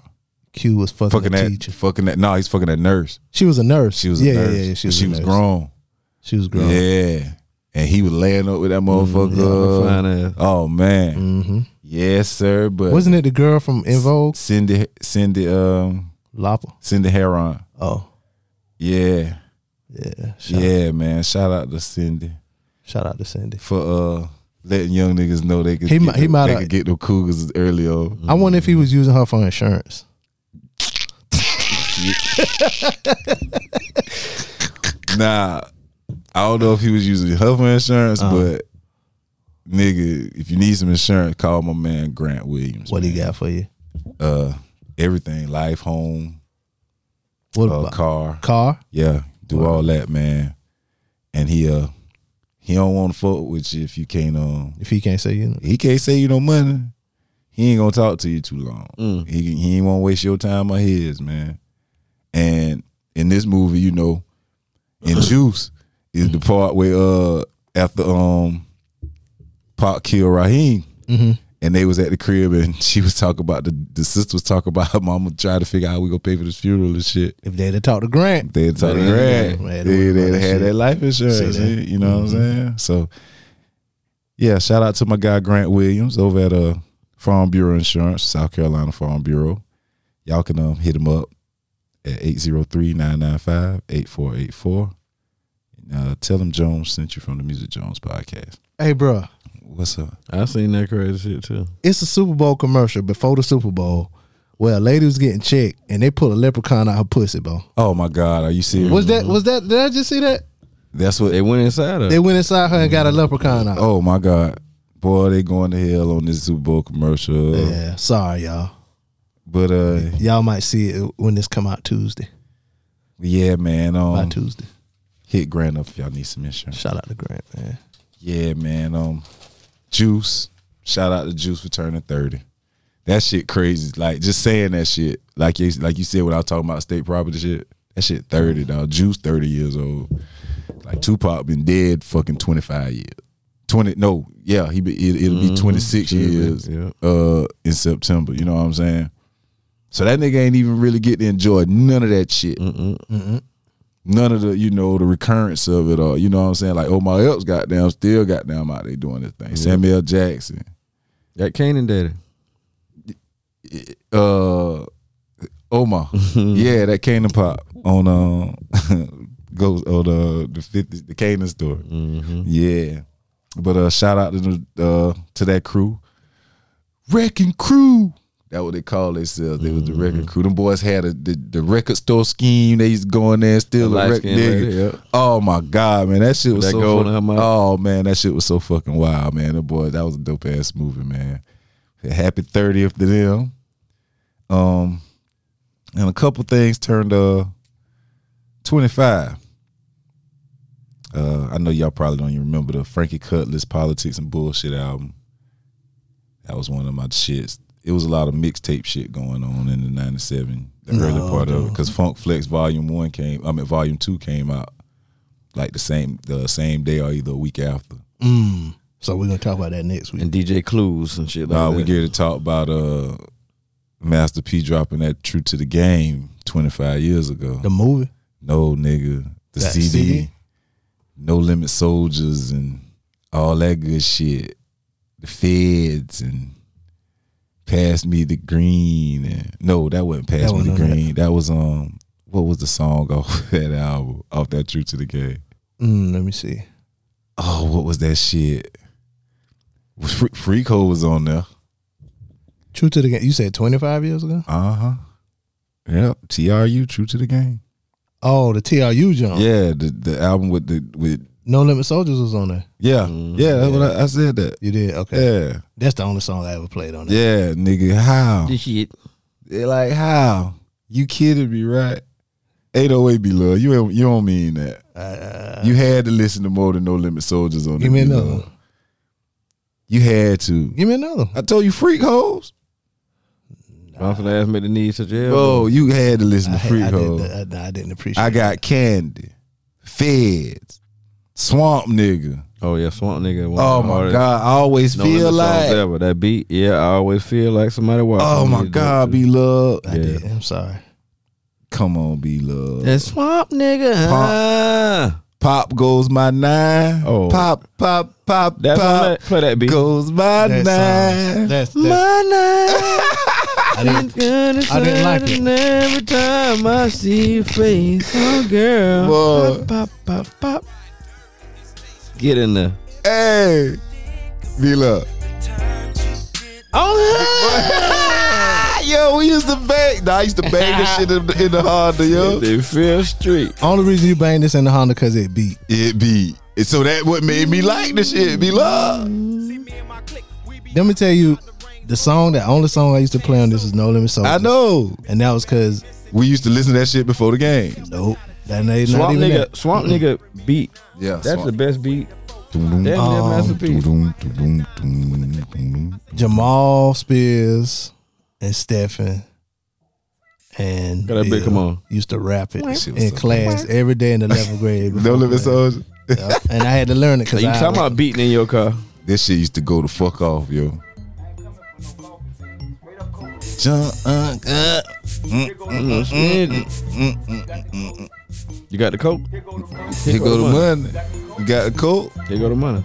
Speaker 7: Q was fucking,
Speaker 4: Fucking
Speaker 7: a
Speaker 4: that,
Speaker 7: teacher.
Speaker 4: fucking that. No, he's fucking that nurse.
Speaker 7: She was a nurse.
Speaker 4: She was
Speaker 7: yeah,
Speaker 4: a nurse.
Speaker 7: yeah, yeah, yeah. She was, a nurse.
Speaker 4: grown.
Speaker 7: She was grown.
Speaker 4: Yeah, and he was laying up with
Speaker 9: yeah,
Speaker 4: that
Speaker 9: fine
Speaker 4: motherfucker.
Speaker 9: ass.
Speaker 4: oh man,
Speaker 7: Mm-hmm.
Speaker 4: yes sir. But
Speaker 7: Wasn't it the girl from In Vogue?
Speaker 4: Cindy Cindy um
Speaker 7: Lapa.
Speaker 4: Cindy Heron.
Speaker 7: Oh,
Speaker 4: Yeah.
Speaker 7: yeah. Shout,
Speaker 4: Yeah, man. Shout out to Cindy
Speaker 7: Shout out to Cindy.
Speaker 4: for uh letting young niggas know they could
Speaker 7: He
Speaker 4: get
Speaker 7: mi- he
Speaker 4: them-
Speaker 7: might
Speaker 4: they
Speaker 7: have-
Speaker 4: could get them cougars early on.
Speaker 7: I wonder if he was using her for insurance.
Speaker 4: Nah. I don't know if he was using health insurance,
Speaker 7: Uh-huh.
Speaker 4: but nigga, if you need some insurance, call my man Grant Williams.
Speaker 7: What he got for you?
Speaker 4: Uh everything. Life, home,
Speaker 7: What
Speaker 4: uh,
Speaker 7: about
Speaker 4: car.
Speaker 7: car?
Speaker 4: Yeah, do all that, man. And he uh he don't want to fuck with you if you can't um
Speaker 7: If he can't say you, know.
Speaker 4: he can't save you no money. He ain't gonna talk to you too long. He he ain't want to waste your time or his, man. And in this movie, you know, in Juice is the part where uh after um Pac killed Raheem. And they was at the crib, and [LAUGHS] she was talking about the the sister was talking about her mama trying to figure out how we gonna pay for this funeral and shit.
Speaker 7: if they'd have talked to Grant,
Speaker 4: They had told
Speaker 7: Yeah,
Speaker 4: her
Speaker 7: yeah,
Speaker 4: that.
Speaker 7: yeah.
Speaker 4: They, they
Speaker 7: Yeah,
Speaker 4: had
Speaker 7: shit.
Speaker 4: that life insurance. eh?
Speaker 7: See that? Mm-hmm.
Speaker 4: You know what I'm saying? So, yeah, shout out to my guy Grant Williams over at uh, Farm Bureau Insurance, South Carolina Farm Bureau. Y'all can um, hit him up at 803-995-8484. Uh, tell him Jones sent you from the Music Jones podcast.
Speaker 7: hey, bro,
Speaker 4: What's up?
Speaker 9: I seen that crazy shit too.
Speaker 7: it's a Super Bowl commercial before the Super Bowl where a lady was getting checked and they pulled a leprechaun out her pussy, bro.
Speaker 4: Oh my God, are you serious?
Speaker 7: Was that? Was that? Did I just see that?
Speaker 4: That's what.
Speaker 9: They went inside her.
Speaker 7: They went inside her and got a leprechaun out.
Speaker 4: oh my God, boy, they going to hell on this Super Bowl commercial.
Speaker 7: Yeah, sorry y'all.
Speaker 4: But uh,
Speaker 7: Y'all might see it when this come out Tuesday.
Speaker 4: yeah, man. Um,
Speaker 7: By Tuesday.
Speaker 4: hit Grant up if y'all need some insurance.
Speaker 7: Shout out to Grant, man.
Speaker 4: Yeah, man. Um, Juice. Shout out to Juice for turning thirty. That shit crazy. Like just saying that shit. Like you, like you said when I was talking about state property shit. That shit thirty dog. Juice thirty years old. Like Tupac been dead fucking twenty five years. Twenty no yeah he be, it, it'll be twenty six years
Speaker 9: yeah.
Speaker 4: uh in September. You know what I'm saying? So that nigga ain't even really get to enjoy none of that shit none of the you know the recurrence of it all. You know what I'm saying? Like oh, Omar Epps, goddamn, still goddamn out there doing this thing. Samuel Jackson,
Speaker 9: That Canaan daddy.
Speaker 4: uh, Omar, yeah, that Canaan pop on um [LAUGHS] goes on the the fifty the Canaan store,
Speaker 6: Mm-hmm.
Speaker 4: yeah. But uh, shout out to the, uh to that crew, Wrecking Crew. That what they call themselves. They was the Wrecking Crew. Them boys had a, the, the record store scheme. They used to go in there and steal
Speaker 9: The
Speaker 4: a record.
Speaker 9: light-skinned
Speaker 4: nigga.
Speaker 9: lady, yep.
Speaker 4: Oh my god, man, that shit was
Speaker 9: That
Speaker 4: so.
Speaker 9: gold
Speaker 4: fu-
Speaker 9: in her mouth.
Speaker 4: oh man, that shit was so fucking wild, man. The boy, that was a dope ass movie, man. Happy thirtieth to them. Um, and a couple things turned uh twenty five. Uh, I know y'all probably don't even remember the Frankie Cutlass Politics and Bullshit album. That was one of my shits. it was a lot of mixtape shit going on in the '97, the early part of it, because Funk Flex Volume One came, I mean Volume Two came out like the same the same day or either a week after.
Speaker 7: So we're gonna talk about that next week.
Speaker 6: And DJ Clues and shit like
Speaker 4: Nah,
Speaker 6: that.
Speaker 4: we get to talk about uh Master P dropping that True to the Game 25 years ago.
Speaker 7: The movie.
Speaker 4: no nigga, the
Speaker 7: That
Speaker 4: CD,
Speaker 7: CD?
Speaker 4: No Limit Soldiers and all that good shit. The Feds and Pass Me the Green and no, that wasn't Pass
Speaker 7: That
Speaker 4: Me the
Speaker 7: wasn't on that.
Speaker 4: Green. That. was um what was the song [LAUGHS] off that album off that True to the Game?
Speaker 7: Mm, let me see.
Speaker 4: Oh, what was that shit? Free, Free Code was on there.
Speaker 7: True to the game. You said twenty five years ago.
Speaker 4: Uh huh. Yep. TRU, True to the Game.
Speaker 7: Oh, the TRU jump.
Speaker 4: Yeah, the the album with the with
Speaker 7: No Limit Soldiers was on there.
Speaker 4: yeah yeah. That's what I, I said that.
Speaker 7: Mm-hmm. You did. Okay.
Speaker 4: Yeah,
Speaker 7: That's the only song I ever played on there.
Speaker 4: yeah, nigga. How?
Speaker 6: This shit.
Speaker 4: They're like how? You kidding me, right? 808 be love. You don't- you don't mean that. you had to listen to more than No Limit Soldiers on. the
Speaker 7: Uh, Give me
Speaker 4: B-Love.
Speaker 7: another. one.
Speaker 4: You had to.
Speaker 7: Give me another. one.
Speaker 4: I told you, freak hoes.
Speaker 6: Bouncing ass made the need such a
Speaker 4: Bro, you had to listen
Speaker 7: I,
Speaker 4: to
Speaker 7: had-
Speaker 4: freak
Speaker 7: I,
Speaker 4: hoes.
Speaker 7: didn't, I, I didn't appreciate.
Speaker 4: I got candy, feds, swamp nigga.
Speaker 6: Oh yeah, Swamp Nigga. one
Speaker 4: Oh
Speaker 6: of the
Speaker 4: my
Speaker 6: hardest
Speaker 4: god, I always
Speaker 6: known
Speaker 4: feel
Speaker 6: songs
Speaker 4: like.
Speaker 6: ever. that beat. Yeah, I always feel like somebody watching.
Speaker 4: Oh
Speaker 6: me
Speaker 4: my
Speaker 6: to do
Speaker 4: God,
Speaker 6: it
Speaker 4: B Love.
Speaker 7: I did. I'm sorry.
Speaker 4: Come on, B
Speaker 6: to-
Speaker 4: Love.
Speaker 6: That Swamp Nigga. huh?
Speaker 4: Pop goes my nine.
Speaker 6: Oh.
Speaker 4: Pop, pop, pop,
Speaker 6: That's on
Speaker 4: pop
Speaker 6: that. Play that beat.
Speaker 4: goes my
Speaker 7: That
Speaker 4: nine.
Speaker 7: song. That's, that's,
Speaker 6: My
Speaker 7: I didn't.
Speaker 6: night.
Speaker 7: I didn't like it.
Speaker 6: And Every time I see your face, oh girl.
Speaker 4: Boy.
Speaker 6: Pop, pop, pop, pop. Get in there.
Speaker 4: Hey, B Love. Oh, yo, we used to bang. Nah, I used to bang this shit in the, in the Honda, yo.
Speaker 6: They feel street.
Speaker 7: Only reason you banged this in the Honda because it beat.
Speaker 4: It be. And so that what made me like the shit, B Love.
Speaker 7: Let me tell you, the song, the only song I used to play on this is No Limit Soldiers.
Speaker 4: I know.
Speaker 7: and that was because
Speaker 4: We used to listen to that shit before the game.
Speaker 7: nope, that ain't not
Speaker 6: Swamp
Speaker 7: even
Speaker 6: nigga,
Speaker 7: that.
Speaker 6: swamp nigga beat.
Speaker 4: Yeah,
Speaker 6: That's the best beat. Damn near
Speaker 7: Um,
Speaker 6: masterpiece.
Speaker 7: Jamal Spears and Stephen and
Speaker 6: Got that big
Speaker 7: Bill
Speaker 6: come on.
Speaker 7: used to rap it
Speaker 4: shit was
Speaker 7: in
Speaker 4: so
Speaker 7: class every day in the
Speaker 4: [LAUGHS]
Speaker 7: eleventh grade.
Speaker 4: No
Speaker 7: before
Speaker 4: limit
Speaker 7: class.
Speaker 6: Oh,
Speaker 4: soldier.
Speaker 7: Yeah, and I had to learn it because
Speaker 6: You
Speaker 7: I
Speaker 6: talking about beating in your car?
Speaker 4: This shit used to go the fuck off, yo. Jump, uh, uh,
Speaker 6: You got the coke?
Speaker 4: here go the money. You got a coat?
Speaker 6: Here go the money.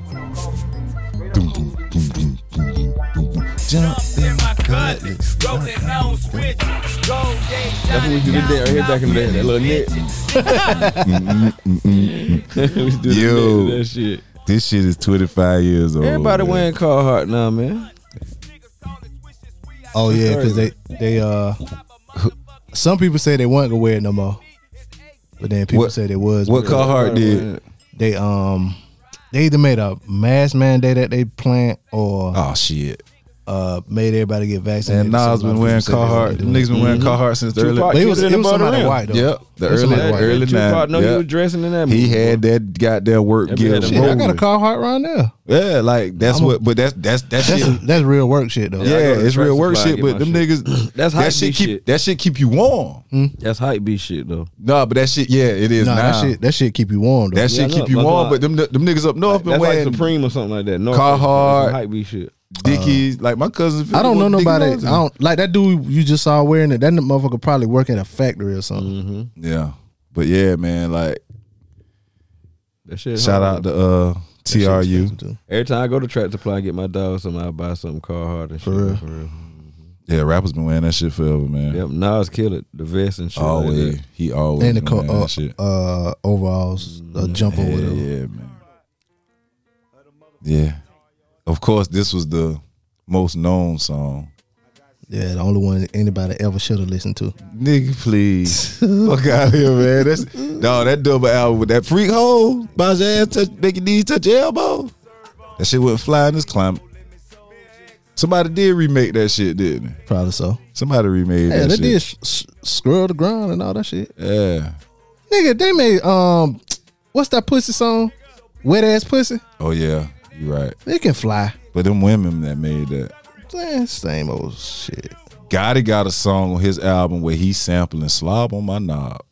Speaker 4: Jump.
Speaker 6: That's what we used to do right here back in the day. That little nick. [LAUGHS] we used to do
Speaker 4: Yo. Oh,
Speaker 6: the knit to that shit.
Speaker 4: This shit is 25 years old.
Speaker 6: Everybody
Speaker 4: man.
Speaker 6: wearing car heart now, man.
Speaker 7: Oh yeah, because they they uh, some people say they weren't gonna wear it no more, but then people
Speaker 4: What-
Speaker 7: say they was.
Speaker 4: What
Speaker 7: wearing it.
Speaker 4: Carhartt did?
Speaker 7: They um, they either made a mass mandate at they plant or
Speaker 4: Oh shit!
Speaker 7: uh made everybody get vaccinated.
Speaker 4: And Nas been wearing Carhartt. Them niggas been wearing Carhartt since the early.
Speaker 6: Tupac
Speaker 7: But it
Speaker 6: Kids
Speaker 7: was,
Speaker 6: in
Speaker 7: it
Speaker 6: the
Speaker 7: was somebody
Speaker 6: Butterfield.
Speaker 7: white though.
Speaker 4: Yep, the
Speaker 7: It's
Speaker 4: early,
Speaker 7: like white.
Speaker 4: early
Speaker 6: Tupac, no, you
Speaker 4: nine.
Speaker 6: was dressing in that.
Speaker 4: He
Speaker 6: movie.
Speaker 4: had that goddamn work
Speaker 6: That
Speaker 4: gear.
Speaker 6: man had a
Speaker 7: Shit, I
Speaker 6: Over
Speaker 7: got a
Speaker 6: it.
Speaker 7: Carhartt right now.
Speaker 4: Yeah, like that's
Speaker 7: I'm a-
Speaker 4: what. But that's that's that
Speaker 7: That's
Speaker 4: shit.
Speaker 7: that's real work shit though.
Speaker 6: I
Speaker 4: Yeah,
Speaker 6: go to
Speaker 4: it's
Speaker 6: Tractor
Speaker 4: real work
Speaker 6: Supply
Speaker 4: shit,
Speaker 6: and
Speaker 4: but
Speaker 6: get
Speaker 4: them
Speaker 6: my
Speaker 4: niggas
Speaker 6: That's hype
Speaker 4: that shit
Speaker 6: beast
Speaker 4: keep
Speaker 6: shit.
Speaker 4: that shit keep you warm.
Speaker 6: That's hype beat shit though.
Speaker 4: Nah, but that shit, yeah, it is
Speaker 7: Nah,
Speaker 4: now.
Speaker 7: that shit that shit keep you warm though.
Speaker 4: That shit
Speaker 6: I
Speaker 4: keep
Speaker 6: know,
Speaker 4: you
Speaker 6: that's
Speaker 4: warm,
Speaker 6: why-
Speaker 4: but them them niggas up north been
Speaker 6: That's like
Speaker 4: wearing
Speaker 6: Supreme or something like that. No,
Speaker 4: Carhartt.
Speaker 6: hype beat shit.
Speaker 4: Dickies. like my cousins.
Speaker 7: I don't know
Speaker 4: Dickies
Speaker 7: nobody.
Speaker 4: on.
Speaker 7: I don't like that dude you just saw wearing it. That motherfucker probably work at a factory or something.
Speaker 6: Mm-hmm.
Speaker 4: Yeah, but yeah, man. Like
Speaker 6: That shit.
Speaker 4: shout
Speaker 6: hard.
Speaker 4: out to uh TRU.
Speaker 6: Every time I go to Tractor Supply and get my dog something, I buy something Carhartt and shit. For real. For real.
Speaker 4: Yeah, rappers been wearing that shit forever, man.
Speaker 6: Yep, Nas kill it. The vest and shit. Like
Speaker 4: Always,
Speaker 6: that.
Speaker 4: he always
Speaker 7: And the
Speaker 4: been
Speaker 7: co-
Speaker 4: wearing that
Speaker 7: uh,
Speaker 4: shit.
Speaker 7: uh, overalls, a jumper,
Speaker 4: Yeah,
Speaker 7: whatever.
Speaker 4: yeah, man. Yeah, of course, this was the most known song.
Speaker 7: Yeah, the only one anybody ever should have
Speaker 4: [LAUGHS]
Speaker 7: listened to.
Speaker 4: Nigga, please. Fuck out here, man. That's no, that double album with that freak hole, bounce your ass, touch, make your knees touch your elbow. That shit wouldn't fly in this climate. Somebody did remake that shit, didn't they?
Speaker 7: Probably so.
Speaker 4: Somebody remade
Speaker 7: Yeah,
Speaker 4: that
Speaker 7: they
Speaker 4: shit.
Speaker 7: did sh- sh- squirrel the ground and all that shit.
Speaker 4: Yeah.
Speaker 7: Nigga, they made um, what's that pussy song? Wet ass pussy.
Speaker 4: Oh yeah, you right.
Speaker 7: It can fly.
Speaker 4: But them women that made that,
Speaker 7: eh, same old shit.
Speaker 4: Gotti got a song on his album where he's sampling slob on my knob,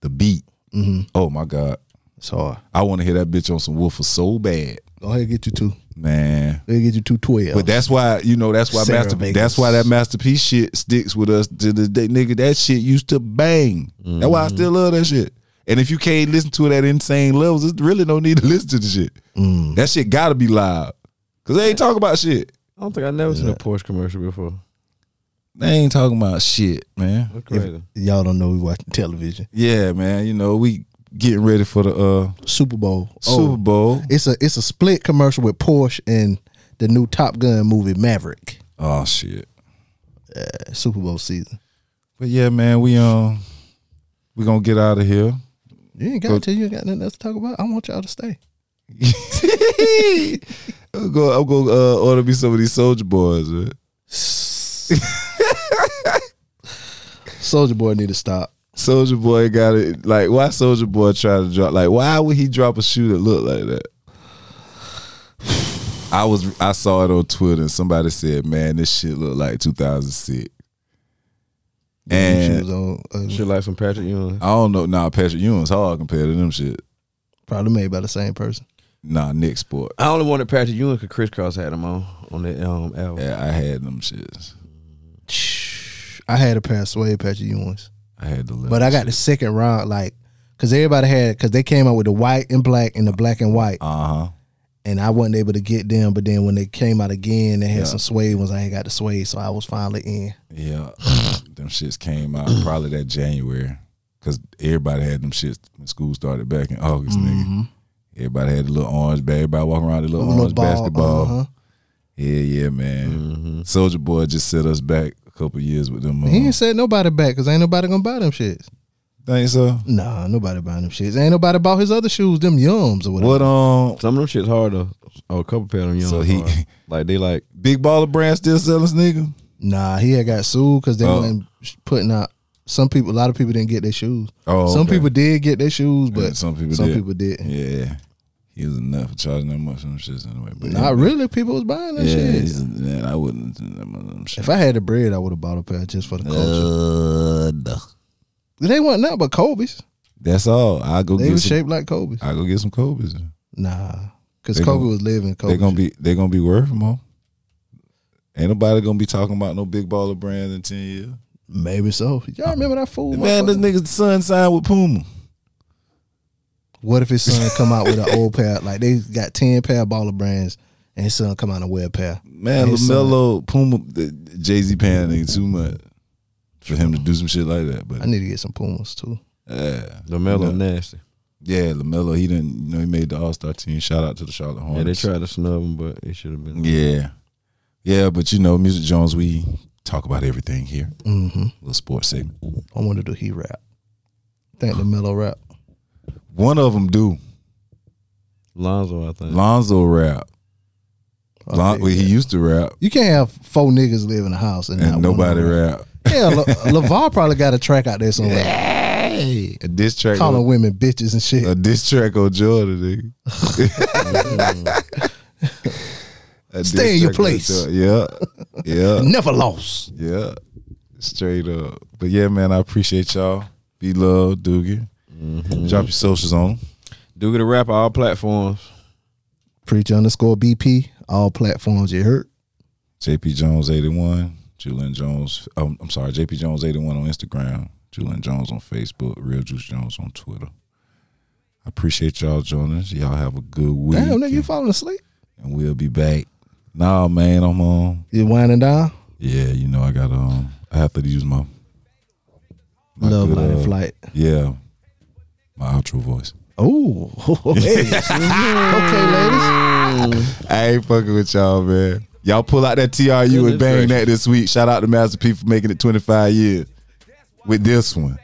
Speaker 4: the beat.
Speaker 7: Mm-hmm.
Speaker 4: Oh my god,
Speaker 7: It's hard.
Speaker 4: I want to hear that bitch on some Wolf so bad,
Speaker 7: Go ahead, get you two.
Speaker 4: man.
Speaker 7: They get you two twelve.
Speaker 4: But that's why you know that's why
Speaker 7: Sarah
Speaker 4: master,
Speaker 7: Vegas.
Speaker 4: that's why that masterpiece shit sticks with us to the day, nigga. That shit used to bang. That's
Speaker 7: Mm-hmm.
Speaker 4: why I still love that shit. And if you can't listen to it at insane levels, it's really no need to [LAUGHS] listen to the shit.
Speaker 7: Mm.
Speaker 4: That shit gotta be loud because they ain't talking about shit.
Speaker 9: I don't think I never seen a Porsche commercial before.
Speaker 4: They ain't talking about shit, man.
Speaker 9: That's crazy.
Speaker 7: y'all don't know we watching television.
Speaker 4: Yeah, man. You know we getting ready for the uh,
Speaker 7: Super Bowl. Oh,
Speaker 4: Super Bowl.
Speaker 7: It's a it's a split commercial with Porsche and the new Top Gun movie Maverick.
Speaker 4: Oh shit.
Speaker 7: Uh, Super Bowl season.
Speaker 4: But yeah, man, we um we gonna get out of here.
Speaker 7: You ain't got to. You ain't got nothing else to talk about. I want y'all
Speaker 4: [LAUGHS]
Speaker 7: to stay.
Speaker 4: [LAUGHS] I'm gonna, I'm gonna uh, order me some of these soldier boys, man.
Speaker 7: Soldier Boy need to stop.
Speaker 4: Soldier Boy got it. Like, why Soldier Boy try to drop? Like, why would he drop a shoe that looked like that? [SIGHS] I was I saw it on Twitter and somebody said, "Man, this shit looked like 2006."
Speaker 7: She
Speaker 4: And
Speaker 7: was on, uh,
Speaker 9: Shit like some Patrick Ewing.
Speaker 4: I don't know. Nah, Patrick Ewing's hard compared to them shit.
Speaker 7: probably made by the same person.
Speaker 4: Nah, Nick Sport.
Speaker 9: I only wanted Patrick Ewing because Chris Cross had him on on that um album.
Speaker 4: Yeah, I had them shits.
Speaker 7: I had a pair of suede Patrick Ewing's,
Speaker 4: I had the.
Speaker 7: but I got the second round like because everybody had because they came out with the white and black and the black and white,
Speaker 4: Uh huh.
Speaker 7: and I wasn't able to get them. But then when they came out again, they had
Speaker 4: Yeah.
Speaker 7: some suede ones. I ain't got the suede, so I was finally in. [LAUGHS]
Speaker 4: Yeah, them shits came out probably that January because everybody had them shits when school started back in August, nigga. Everybody had the little orange bag. Everybody walking around the little,
Speaker 7: Mm-hmm. Little
Speaker 4: orange
Speaker 7: ball,
Speaker 4: basketball.
Speaker 7: uh-huh.
Speaker 4: Yeah, yeah, man.
Speaker 9: Mm-hmm.
Speaker 4: Soldier Boy just set us back a couple years with them. Uh,
Speaker 7: He ain't said nobody back because ain't nobody gonna buy them shits.
Speaker 4: think so.
Speaker 7: Nah, nobody buying them shits. Ain't nobody bought his other shoes, them yums or whatever.
Speaker 4: What um,
Speaker 9: Some of them shit's hard though. Oh, a couple pair of them Ewing.
Speaker 4: So he-
Speaker 9: hard. like they like
Speaker 4: Big Baller Brand still selling us, nigga?
Speaker 7: Nah, he had got sued because they
Speaker 4: Oh.
Speaker 7: wasn't sh- putting out. Some people, a lot of people didn't get their shoes.
Speaker 4: Oh,
Speaker 7: some
Speaker 4: okay.
Speaker 7: people did get their shoes, but
Speaker 4: Yeah, some people
Speaker 7: some
Speaker 4: did.
Speaker 7: people did.
Speaker 4: Yeah, he was enough for charging that much on them shits anyway. But
Speaker 7: Not really. People was buying that
Speaker 4: Yeah,
Speaker 7: shit.
Speaker 4: he's- man, I wouldn't. That much on them shit.
Speaker 7: If I had the bread, I would have bought a pair just for the
Speaker 4: Uh,
Speaker 7: culture. They wasn't nothing but Kobe's.
Speaker 4: That's all. I go
Speaker 7: They
Speaker 4: get
Speaker 7: was
Speaker 4: some.
Speaker 7: shaped like Kobe's.
Speaker 4: I go get some Kobe's.
Speaker 7: Nah, because
Speaker 4: They
Speaker 7: Kobe
Speaker 4: gon-
Speaker 7: was living. Kobe.
Speaker 4: They're gonna be they're gonna be worth more. Ain't nobody gonna be talking about no big baller brand in ten years.
Speaker 7: maybe so. Y'all remember that fool?
Speaker 4: Uh, Man, this
Speaker 7: motherfucker?
Speaker 4: nigga's son signed with Puma.
Speaker 7: What if his son come out with an old pair? Like they got ten pair of baller brands, and his son come out and wear a pair.
Speaker 4: Man,
Speaker 7: His
Speaker 4: Lamelo Puma, Jay Z paying that nigga too much for him to do some shit like that. But
Speaker 7: I need to get some Pumas too.
Speaker 4: yeah,
Speaker 9: Lamelo nasty.
Speaker 4: yeah, Lamelo, he didn't. You know, he made the All Star team. Shout out to the Charlotte
Speaker 9: Yeah, they
Speaker 4: Hornets.
Speaker 9: tried to snub him, but it should have been.
Speaker 4: Yeah, yeah, but you know, Music Jones, we talk about everything here.
Speaker 7: Mm-hmm.
Speaker 4: Little sports segment.
Speaker 7: I want to do he rap. Think the mellow rap.
Speaker 4: One of them do
Speaker 9: Lonzo, I think.
Speaker 4: Lonzo rap.
Speaker 7: I
Speaker 4: Lon-
Speaker 7: feel
Speaker 4: well, he used to rap,
Speaker 7: You can't have four niggas live in a house and,
Speaker 4: and
Speaker 7: not one of
Speaker 4: nobody
Speaker 7: them
Speaker 4: rap.
Speaker 7: Yeah, [LAUGHS] Le- LeVar probably got a track out there
Speaker 4: [LAUGHS]
Speaker 7: somewhere
Speaker 4: Hey, a diss track.
Speaker 7: calling
Speaker 4: on,
Speaker 7: women bitches and shit.
Speaker 4: a diss track on Jordan, nigga. [LAUGHS]
Speaker 7: [LAUGHS]
Speaker 4: A diss
Speaker 7: Stay in your
Speaker 4: track on
Speaker 7: place.
Speaker 4: Jordan. Yeah,
Speaker 7: [LAUGHS]
Speaker 4: yeah,
Speaker 7: Never lost.
Speaker 4: yeah. Straight up. But yeah, man, I appreciate y'all. Be love, Doogie. Drop your socials on. 'em.
Speaker 9: Do get a rap on all platforms.
Speaker 7: Preach underscore BP. All platforms you heard.
Speaker 4: JP Jones eighty one, Julian Jones. Um, I'm sorry, JP Jones eighty one on Instagram, Julian Jones on Facebook, Real Juice Jones on Twitter. I appreciate y'all joining us. Y'all have a good week.
Speaker 7: Damn, nigga, you falling asleep?
Speaker 4: and we'll be back. Nah, man, I'm on.
Speaker 7: You winding down?
Speaker 4: Yeah, you know I got um, I have to use my, my
Speaker 7: Love
Speaker 4: good,
Speaker 7: light
Speaker 4: uh,
Speaker 7: and flight.
Speaker 4: Yeah, my outro voice.
Speaker 7: Oh, [LAUGHS] hey. okay, ladies.
Speaker 4: I ain't fucking with y'all, man. Y'all pull out that TRU and bang that this week. Shout out to Master P for making it 25 years with this one.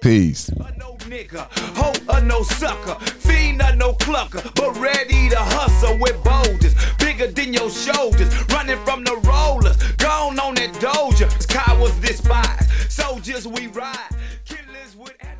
Speaker 4: Peace.
Speaker 10: a no nigga, hoe a no sucker, fiend a no clucker, but ready to hustle with boulders, bigger than your shoulders, running from the rollers, gone on that doja, cowards despise, soldiers we ride, killers with attitude.